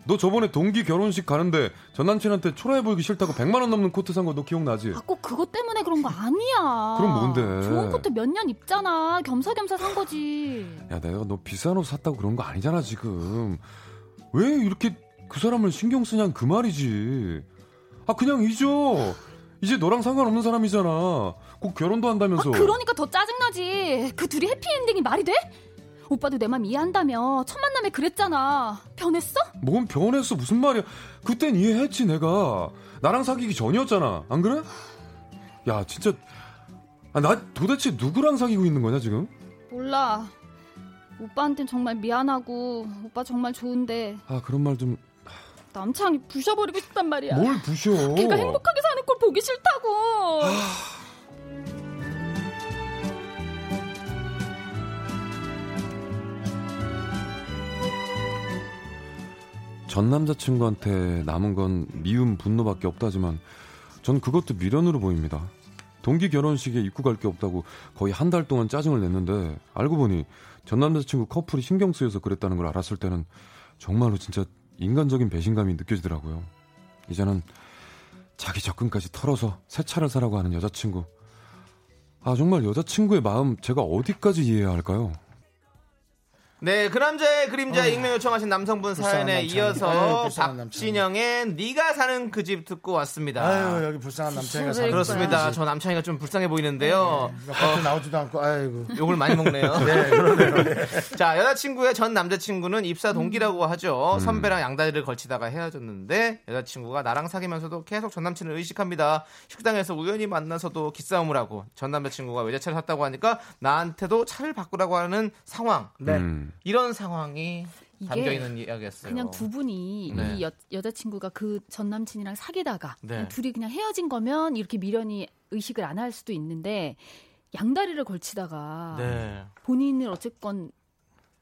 J: 너 저번에 동기 결혼식 가는데 전 남친한테 초라해 보이기 싫다고 100만 원 넘는 코트 산 거 너 기억나지?
F: 꼭 그것 때문에 그런 거 아니야.
J: 그럼 뭔데?
F: 좋은 것도 몇 년 입잖아. 겸사겸사 산 거지.
J: 야 내가 너 비싼 옷 샀다고 그런 거 아니잖아 지금 왜 이렇게 그 사람을 신경 쓰냐 그 말이지 아 그냥 잊어 이제 너랑 상관없는 사람이잖아 곧 결혼도 한다면서
F: 그러니까 더 짜증나지. 그 둘이 해피엔딩이 말이 돼? 오빠도 내 맘 이해한다며 첫 만남에 그랬잖아. 변했어?
J: 뭔 변했어 무슨 말이야 그땐 이해했지 내가 나랑 사귀기 전이었잖아 안 그래? 야 진짜 아, 나 도대체 누구랑 사귀고 있는 거냐 지금?
F: 몰라. 오빠한텐 정말 미안하고 오빠 정말 좋은데
J: 아 그런 말 좀 뭘
F: 남창이 부셔버리고 싶단 말이야.
J: 부셔 아,
F: 걔가 행복하게 사는 꼴 보기 싫다고.
J: 전 남자친구한테 남은 건 미움, 분노밖에 없다지만 전 그것도 미련으로 보입니다. 동기 결혼식에 입고 갈 게 없다고 거의 한 달 동안 짜증을 냈는데 알고 보니 전 남자친구 커플이 신경 쓰여서 그랬다는 걸 알았을 때는 정말로 진짜 인간적인 배신감이 느껴지더라고요. 이제는 자기 적금까지 털어서 새 차를 사라고 하는 여자친구. 아 정말 여자친구의 마음 제가 어디까지 이해해야 할까요?
D: 네, 그 남자의 그림자 익명 요청하신 남성분
C: 어. 불쌍한
D: 사연에
C: 남창이. 아유,
D: 이어서
C: 불쌍한
D: 박진영의 네가 사는 그 집 듣고 왔습니다.
C: 아유 여기 불쌍한 남창이가 사는
D: 그렇습니다.
C: 거야.
D: 저 남창이가 좀 불쌍해 보이는데요. 어,
C: 겉에 나오지도 않고 아이고
D: 욕을 많이 먹네요.
C: 네 그러네요.
D: [laughs] 자, 여자친구의 전 남자친구는 입사 동기라고 하죠. 선배랑 양다리를 걸치다가 헤어졌는데 여자친구가 나랑 사귀면서도 계속 전 남친을 의식합니다. 식당에서 우연히 만나서도 기싸움을 하고 전 남자친구가 외제차를 샀다고 하니까 나한테도 차를 바꾸라고 하는 상황.
J: 음.
D: 이런 상황이
F: 네. 이게
D: 담겨 있는 이야기였어요.
F: 그냥 두 분이
D: 네.
F: 이 여, 여자친구가 그 전 남친이랑 사귀다가
D: 네.
F: 그냥 둘이 그냥 헤어진 거면 이렇게 미련이 의식을 안 할 수도 있는데 양다리를 걸치다가
D: 네.
F: 본인을 어쨌건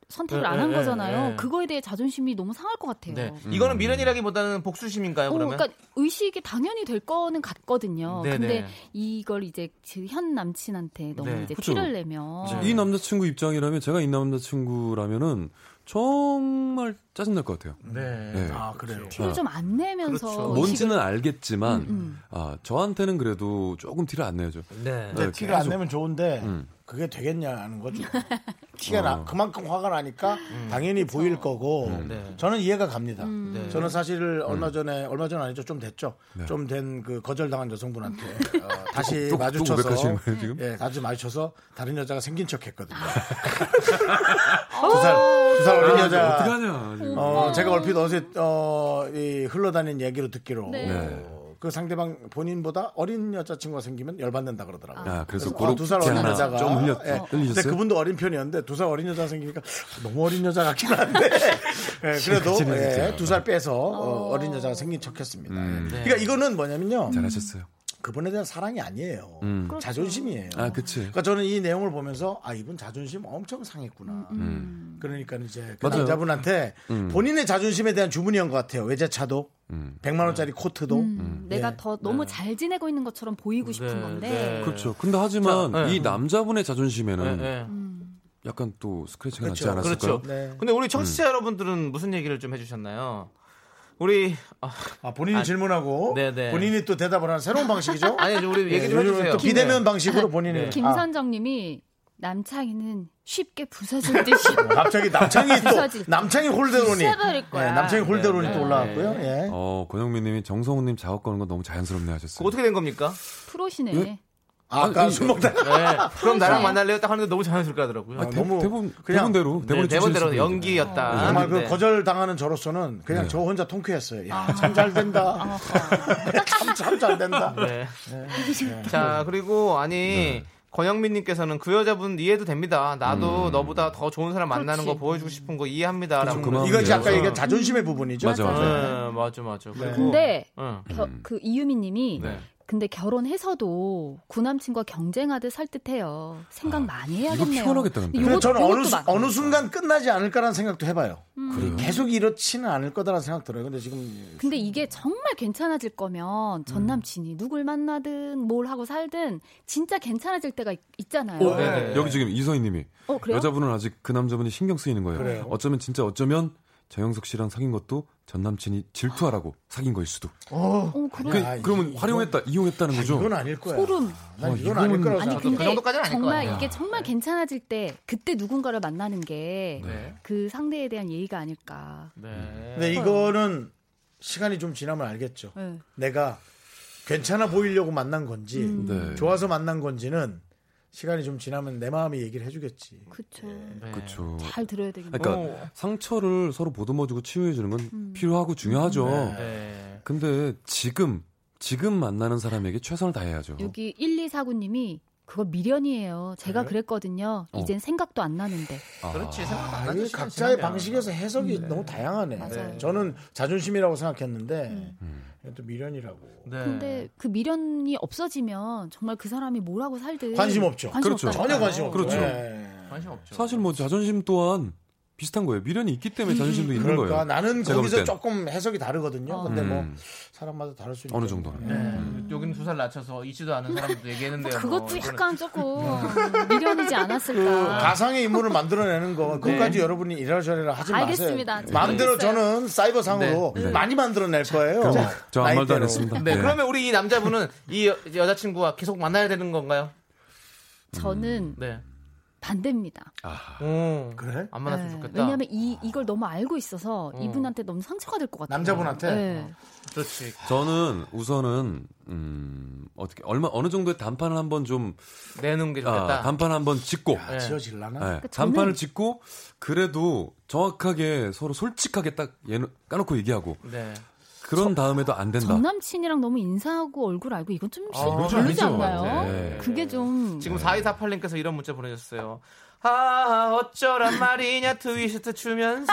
F: 선택을
D: 네,
F: 안 한
D: 네,
F: 거잖아요.
D: 네.
F: 그거에 대해 자존심이 너무 상할 것 같아요.
D: 네. 이거는 미련이라기보다는 복수심인가요,
F: 음. 어,
D: 그러면?
F: 그러니까 의식이 당연히 될 거는 같거든요.
D: 네,
F: 근데
D: 네.
F: 이걸 이제 그 현 남친한테 너무
J: 네.
F: 이제
J: 그쵸.
F: 티를 내면
J: 이 남자친구 입장이라면 제가 이 남자친구라면은 정말 짜증날 것 같아요.
C: 네.
J: 네.
C: 아 그래요.
F: 티를 좀 안 내면서
J: 아,
F: 의식을
J: 뭔지는 알겠지만
F: 음, 음.
J: 아, 저한테는 그래도 조금 티를 안 내죠.
D: 네.
C: 근데 티를 안
J: 계속.
C: 내면 좋은데
J: 음.
C: 그게 되겠냐는 거죠. [laughs] 티가
J: 어. 음.
C: 나 그만큼 화가 나니까 당연히 보일 거고
D: 음. 네.
C: 저는 이해가 갑니다.
D: 네.
C: 저는 사실 얼마 전에 얼마 전 아니죠 좀 됐죠
J: 네.
C: 좀 된 그 고절당한 여성분한테
J: [laughs]
C: 어, 다시
J: 또- 또
C: 마주쳐서
J: 고백하시는
F: 네.
J: 거예요, 지금?
C: 예 다시 마주쳐서 다른 여자가 생긴 척했거든요. 두살두살
J: 아,
C: 어린 여자
F: 음.
J: 어떻게 하냐. 지금.
C: 어, 제가 얼핏 어제 어, 이 흘러다닌 얘기로 듣기로
F: 네.
C: 어, 그 상대방 본인보다 어린 여자친구가 생기면 열받는다 그러더라고요.
J: 아, 그래서
C: 어, 두살
J: 그렇지
C: 어린
J: 않아.
C: 여자가
J: 좀 흘렸-
C: 예. 근데
J: 흘리셨어요?
C: 그분도 어린 편이었는데 두 살 어린 여자 생기니까 너무 어린 여자 같긴
J: [laughs]
C: 한데 예, 그래도
J: 심각하지는 않죠.
C: 두 살 빼서 어, 린 여자가 생긴 척했습니다.
J: 음.
C: 예. 그러니까 이거는 뭐냐면요.
J: 잘하셨어요.
C: 그분에 대한 사랑이 아니에요.
J: 음. 그렇죠.
C: 자존심이에요.
J: 아, 그치.
C: 그러니까 저는 이 내용을 보면서 아 이분 자존심 엄청
K: 음,
C: 상했구나.
D: 음.
C: 그러니까 이제 그
J: 맞아요.
C: 남자분한테
J: 음.
C: 본인의 자존심에 대한 주문이었던 것 같아요. 외제차도,
D: 음.
C: 100만 원짜리 코트도.
K: 음. 내가
C: 예.
K: 더 너무 잘 지내고 있는 것처럼 보이고 싶은 건데
J: 그렇죠. 근데 하지만
D: 자, 네.
J: 이 남자분의 자존심에는
D: 네, 네.
F: 음.
J: 약간 또 스크래치가
D: 그렇죠.
J: 나지 않았을까요?
D: 그렇죠.
C: 네.
D: 근데 우리 청취자
C: 음.
D: 여러분들은 무슨 얘기를 좀 해주셨나요? 우리 아,
C: 본인이 질문하고
D: 네네.
C: 본인이 또 대답을 하는 새로운 방식이죠.
D: [laughs] 아니, 좀 우리 얘기
C: 예,
D: 좀
C: 요즘은
D: 해주세요.
C: 또 비대면
D: 네.
C: 방식으로 본인이 아,
K: 김선정님이 남창이는 쉽게 부서질 듯이
C: 아, 뭐 갑자기 남창이 또
K: 부서질 듯이.
C: 남창이 홀대론이
K: 부숴버릴 거야.
C: 예, 남창이 홀대론이
K: 네,
C: 또
K: 네.
C: 올라왔고요. 예.
J: 어, 권영민님이 정성우님 작업 거는 거 너무 자연스럽네 하셨어요.
D: 어떻게 된 겁니까?
K: 프로시네.
J: 예?
C: 아, 아까 술
D: 먹다가. 그럼
C: 네.
D: 나랑 만날래요? 딱 하는데 너무 자연스럽게 하더라고요.
J: 아, 대- 너무 대본- 그냥- 대본대로,
D: 네,
J: 대본이
D: 대본대로
J: 주시는
D: 연기였다.
K: 아,
C: 정말 그
D: 네.
C: 거절 당하는 저로서는 그냥
J: 네.
C: 저 혼자 통쾌했어요. 야,
K: 아.
C: 참 잘
K: [laughs]
C: 된다. 참 참 잘 된다.
D: 네.
C: 네.
D: 자 그리고 아니 권영민님께서는 그 여자분 이해도 됩니다. 나도 너보다 더 좋은 사람 만나는 거 보여주고 싶은 거
K: 네.
D: 이해합니다라고.
C: 음. 그렇죠. 그만 이거지 아까
K: 음.
C: 얘기한 자존심의 부분이죠. 맞아, 맞아.
D: 네, 맞아, 맞아. 그리고-
K: 근데
D: 응.
J: 음.
K: 겨-
F: 음.
K: 그 이유미님이
D: 네.
K: 근데 결혼해서도 구남친과 경쟁하듯 살 듯해요. 생각 많이
C: 이거
K: 해야겠네요.
C: 피곤하겠다,
K: 근데
C: 근데.
K: 요것도-
C: 저는 어느,
K: 요것도
C: 수-
K: 많아요.
C: 어느 순간 끝나지 않을까라는 생각도 해봐요.
K: 음.
J: 그래요?
C: 계속 이렇지는 않을 거다라는 생각 들어요. 근데 지금
K: 근데 이게 정말 괜찮아질 거면 전 남친이 누굴 만나든 뭘 하고 살든 진짜 괜찮아질 때가 있, 잖아요
J: 어,
D: 네.
J: 여기 지금 이서희님이
K: 어, 그래요?
J: 여자분은 아직 그 남자분이 신경 쓰이는 거예요.
K: 그래요?
J: 어쩌면 진짜 어쩌면 정영석 씨랑 사귄 것도 전 남친이 질투하라고 사귄 거일 수도.
C: 어,
J: 그, 그러면 활용했다, 이용했다는 거죠.
C: 이건 아닐 거야.
K: 소름.
C: 난
J: 어,
C: 이건 아닐
J: 이거는-
C: 거라고
K: 아니
D: 그
C: 생각해.
K: 근데 정말
J: 거야.
K: 이게 정말 괜찮아질 때 그때 누군가를 만나는 게 그
C: 네.
K: 상대에 대한 예의가 아닐까.
D: 네,
C: 근데 이거는 시간이 좀 지나면 알겠죠.
K: 네.
C: 내가 괜찮아 보이려고 만난 건지
K: 음.
J: 네.
C: 좋아서 만난 건지는 시간이 좀 지나면 내 마음이 얘기를 해주겠지.
K: 그쵸.
C: 음.
D: 네.
C: 네.
J: 그렇죠.
C: 아,
K: 잘 들어야 되겠네.
J: 그러니까
K: 어.
J: 상처를 서로 보듬어주고 치유해주는 건 필요하고 중요하죠.
C: 음,
D: 네.
J: 근데 지금 지금 만나는 사람에게 최선을 다해야죠.
K: 여기 1249님이 그거 미련이에요. 제가
J: 그래요?
K: 그랬거든요.
J: 어.
K: 이젠 생각도 안 나는데.
J: 아.
D: 그렇지
C: 생각
K: 아,
D: 안 나죠, 시간
C: 아, 각자의
D: 지나면.
C: 방식에서 해석이 너무 다양하네.
K: 음. 맞아요. 음.
C: 저는 자존심이라고 생각했는데 음. 또 미련이라고.
D: 네.
C: 네.
K: 근데 그 미련이 없어지면 정말 그 사람이 뭐라고 살든
C: 관심 없죠. 네.
K: 관심
J: 그렇죠.
K: 없다니까요.
J: 전혀 관심 없죠. 그렇죠.
D: 관심 없죠.
J: 사실 뭐 자존심 또한 비슷한 거예요. 미련이 있기 때문에 자존심도 있는
C: 그러니까
J: 거예요.
C: 나는
J: 제가 볼
C: 거기서
J: 땐.
C: 조금 해석이
K: 어.
C: 다르거든요. 근데 뭐
J: 음.
C: 사람마다 다를 수 있죠.
J: 어느 정도는.
D: 네.
C: 네. 음.
D: 여기는 두 살 낮춰서 잊지도 않은 사람도 얘기했는데요.
K: 그것도
D: 뭐, 이거는-
K: 약간 조금 미련이지 않았을까.
C: 그 가상의 인물을 만들어내는 거 그것까지 여러분이 이러저러라 하지 마세요.
K: 네. 알겠습니다. 네.
C: 마음대로
K: 알겠어요.
C: 저는 사이버 상으로
J: 네. 네.
C: 많이 만들어낼 거예요.
J: 그럼 저아무 말도 안
C: 나이대로.
J: 했습니다.
D: 네, 그러면 우리 이 남자분은 이 여, 자친구와 계속 만나야 되는 건가요?
K: 저는
D: 네. 음.
K: 반대입니다.
J: 아.
K: 네.
C: 그래?
D: 안 만났으면 좋겠다.
K: 왜냐하면 이 이걸 너무 알고 있어서
D: 어.
K: 이분한테 너무 상처가 될 것 같아요.
C: 남자분한테?
K: 네.
D: 그렇지.
J: 저는 우선은 음, 어떻게 얼마 어느 정도의 단판을 한번 좀 아,
D: 내놓은 게 좋겠다.
J: 단판 한번 짓고
C: 아,
J: 예,
D: 야, 지어질라나?
J: 아.
D: 그러니까 저는-
J: 단판을 짓고 그래도 정확하게 서로 솔직하게 딱 얘는 까놓고 얘기하고
D: 네.
J: 그런 다음에도 안 된다.
K: 전 남친이랑 너무 인사하고 얼굴 알고 이건 좀
D: 아,
K: 싫-
D: 이거 좀
K: 별로지
D: 아니죠.
K: 않나요?
D: 네.
K: 그게 좀
D: 지금 4248님께서 이런 문자 보내셨어요. 아 어쩌란 말이냐 트위스트 추면서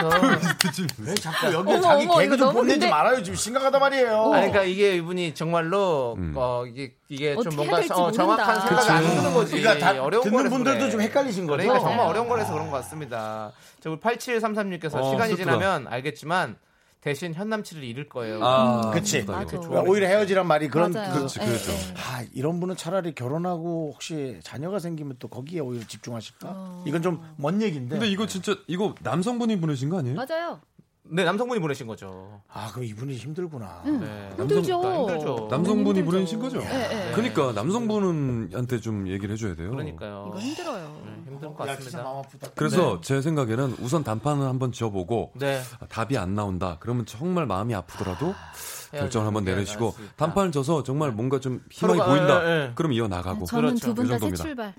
C: 왜 자꾸 아, 여기
D: 어머,
C: 자기
D: 어머,
C: 개그
D: 이거
C: 좀
D: 너무
C: 뽐내지
D: 근데-
C: 말아요. 지금 심각하단 말이에요.
D: 아니, 그러니까 이게 이분이 정말로 어, 이게 이게 좀
C: 어떻게
D: 뭔가
C: 해야 될지
D: 어, 정확한
C: 모른다.
D: 생각이 안
C: 음. 그치.
D: 드는 거지.
C: 그러니까 다 듣는
D: 거라서
C: 분들도 좀 헷갈리신 거죠?
D: 그러니까 정말
C: 맞아요.
D: 어려운 거라서 그런 것 같습니다. 저 우리 8733님께서
C: 어, 슬프다.
D: 시간이 지나면 알겠지만 대신 현 남친을 잃을 거예요.
J: 아, 음,
C: 그치.
D: 이렇게
J: 그렇죠.
C: 그러니까
D: 조언해
C: 오히려 헤어지란 말이 그런.
D: 맞아요.
C: 그-
D: 그렇지,
J: 네.
D: 그렇죠.
C: 아, 이런 분은 차라리 결혼하고 혹시 자녀가 생기면 또 거기에 오히려 집중하실까?
K: 어.
C: 이건 좀 먼 얘기인데.
J: 근데 이거 진짜 이거 남성분이 보내신 거 아니에요?
K: 맞아요.
D: 네, 남성분이 보내신 거죠. 네.
C: 아, 그럼 이분이 힘들구나.
K: 응. 힘들죠.
D: 힘들죠.
J: 남성분이
K: 힘들죠.
J: 보내신 거죠?
K: 네, 네.
J: 그러니까 남성분한테 좀 얘기를 해줘야 돼요.
D: 그러니까요. 네, 아,
K: 이거 힘들어요.
D: 힘든
C: 야, 진짜 마음 아프다.
J: 그래서 제 생각에는 우선 단판을 한번 지어보고 아,
D: 네.
J: 답이 안 나온다. 그러면 정말 마음이 아프더라도 결정을 한번
D: 네,
J: 내리시고
D: 알았습니다.
J: 단판을 져서 정말 뭔가 좀 희망이
D: 서로가,
J: 보인다.
D: 예, 예.
J: 그럼 이어 나가고.
K: 저는 두 분
J: 이
K: 다 새
J: 정도입니다.
K: 출발.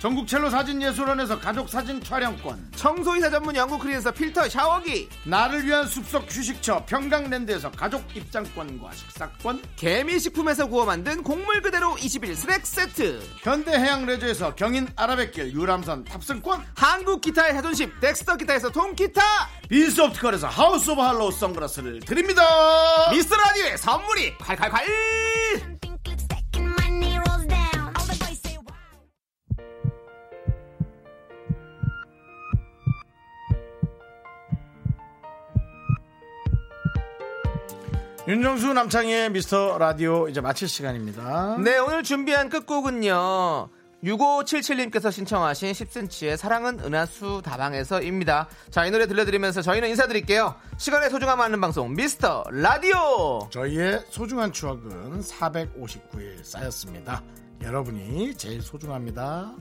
C: 전국 첼로 사진 예술원에서 가족 사진 촬영권
D: 청소이사 전문 영국 크린에서 필터 샤워기
C: 나를 위한 숲속 휴식처 평강랜드에서 가족 입장권과 식사권
D: 개미식품에서 구워 만든 곡물 그대로 21 스낵 세트
C: 현대해양 레저에서 경인 아라뱃길 유람선 탑승권
D: 한국 기타의 자존심 덱스터 기타에서 통기타
C: 빈스옵티컬에서 하우스 오브 할로우 선글라스를 드립니다
D: 미스터 라디오의 선물이 콸콸콸
C: 윤정수 남창희의 미스터 라디오 이제 마칠 시간입니다
D: 네 오늘 준비한 끝곡은요 6577님께서 신청하신 10cm의 사랑은 은하수 다방에서입니다 자 이 노래 들려드리면서 저희는 인사드릴게요 시간의 소중함 아는 방송 미스터 라디오
C: 저희의 소중한 추억은 459일 쌓였습니다 여러분이 제일 소중합니다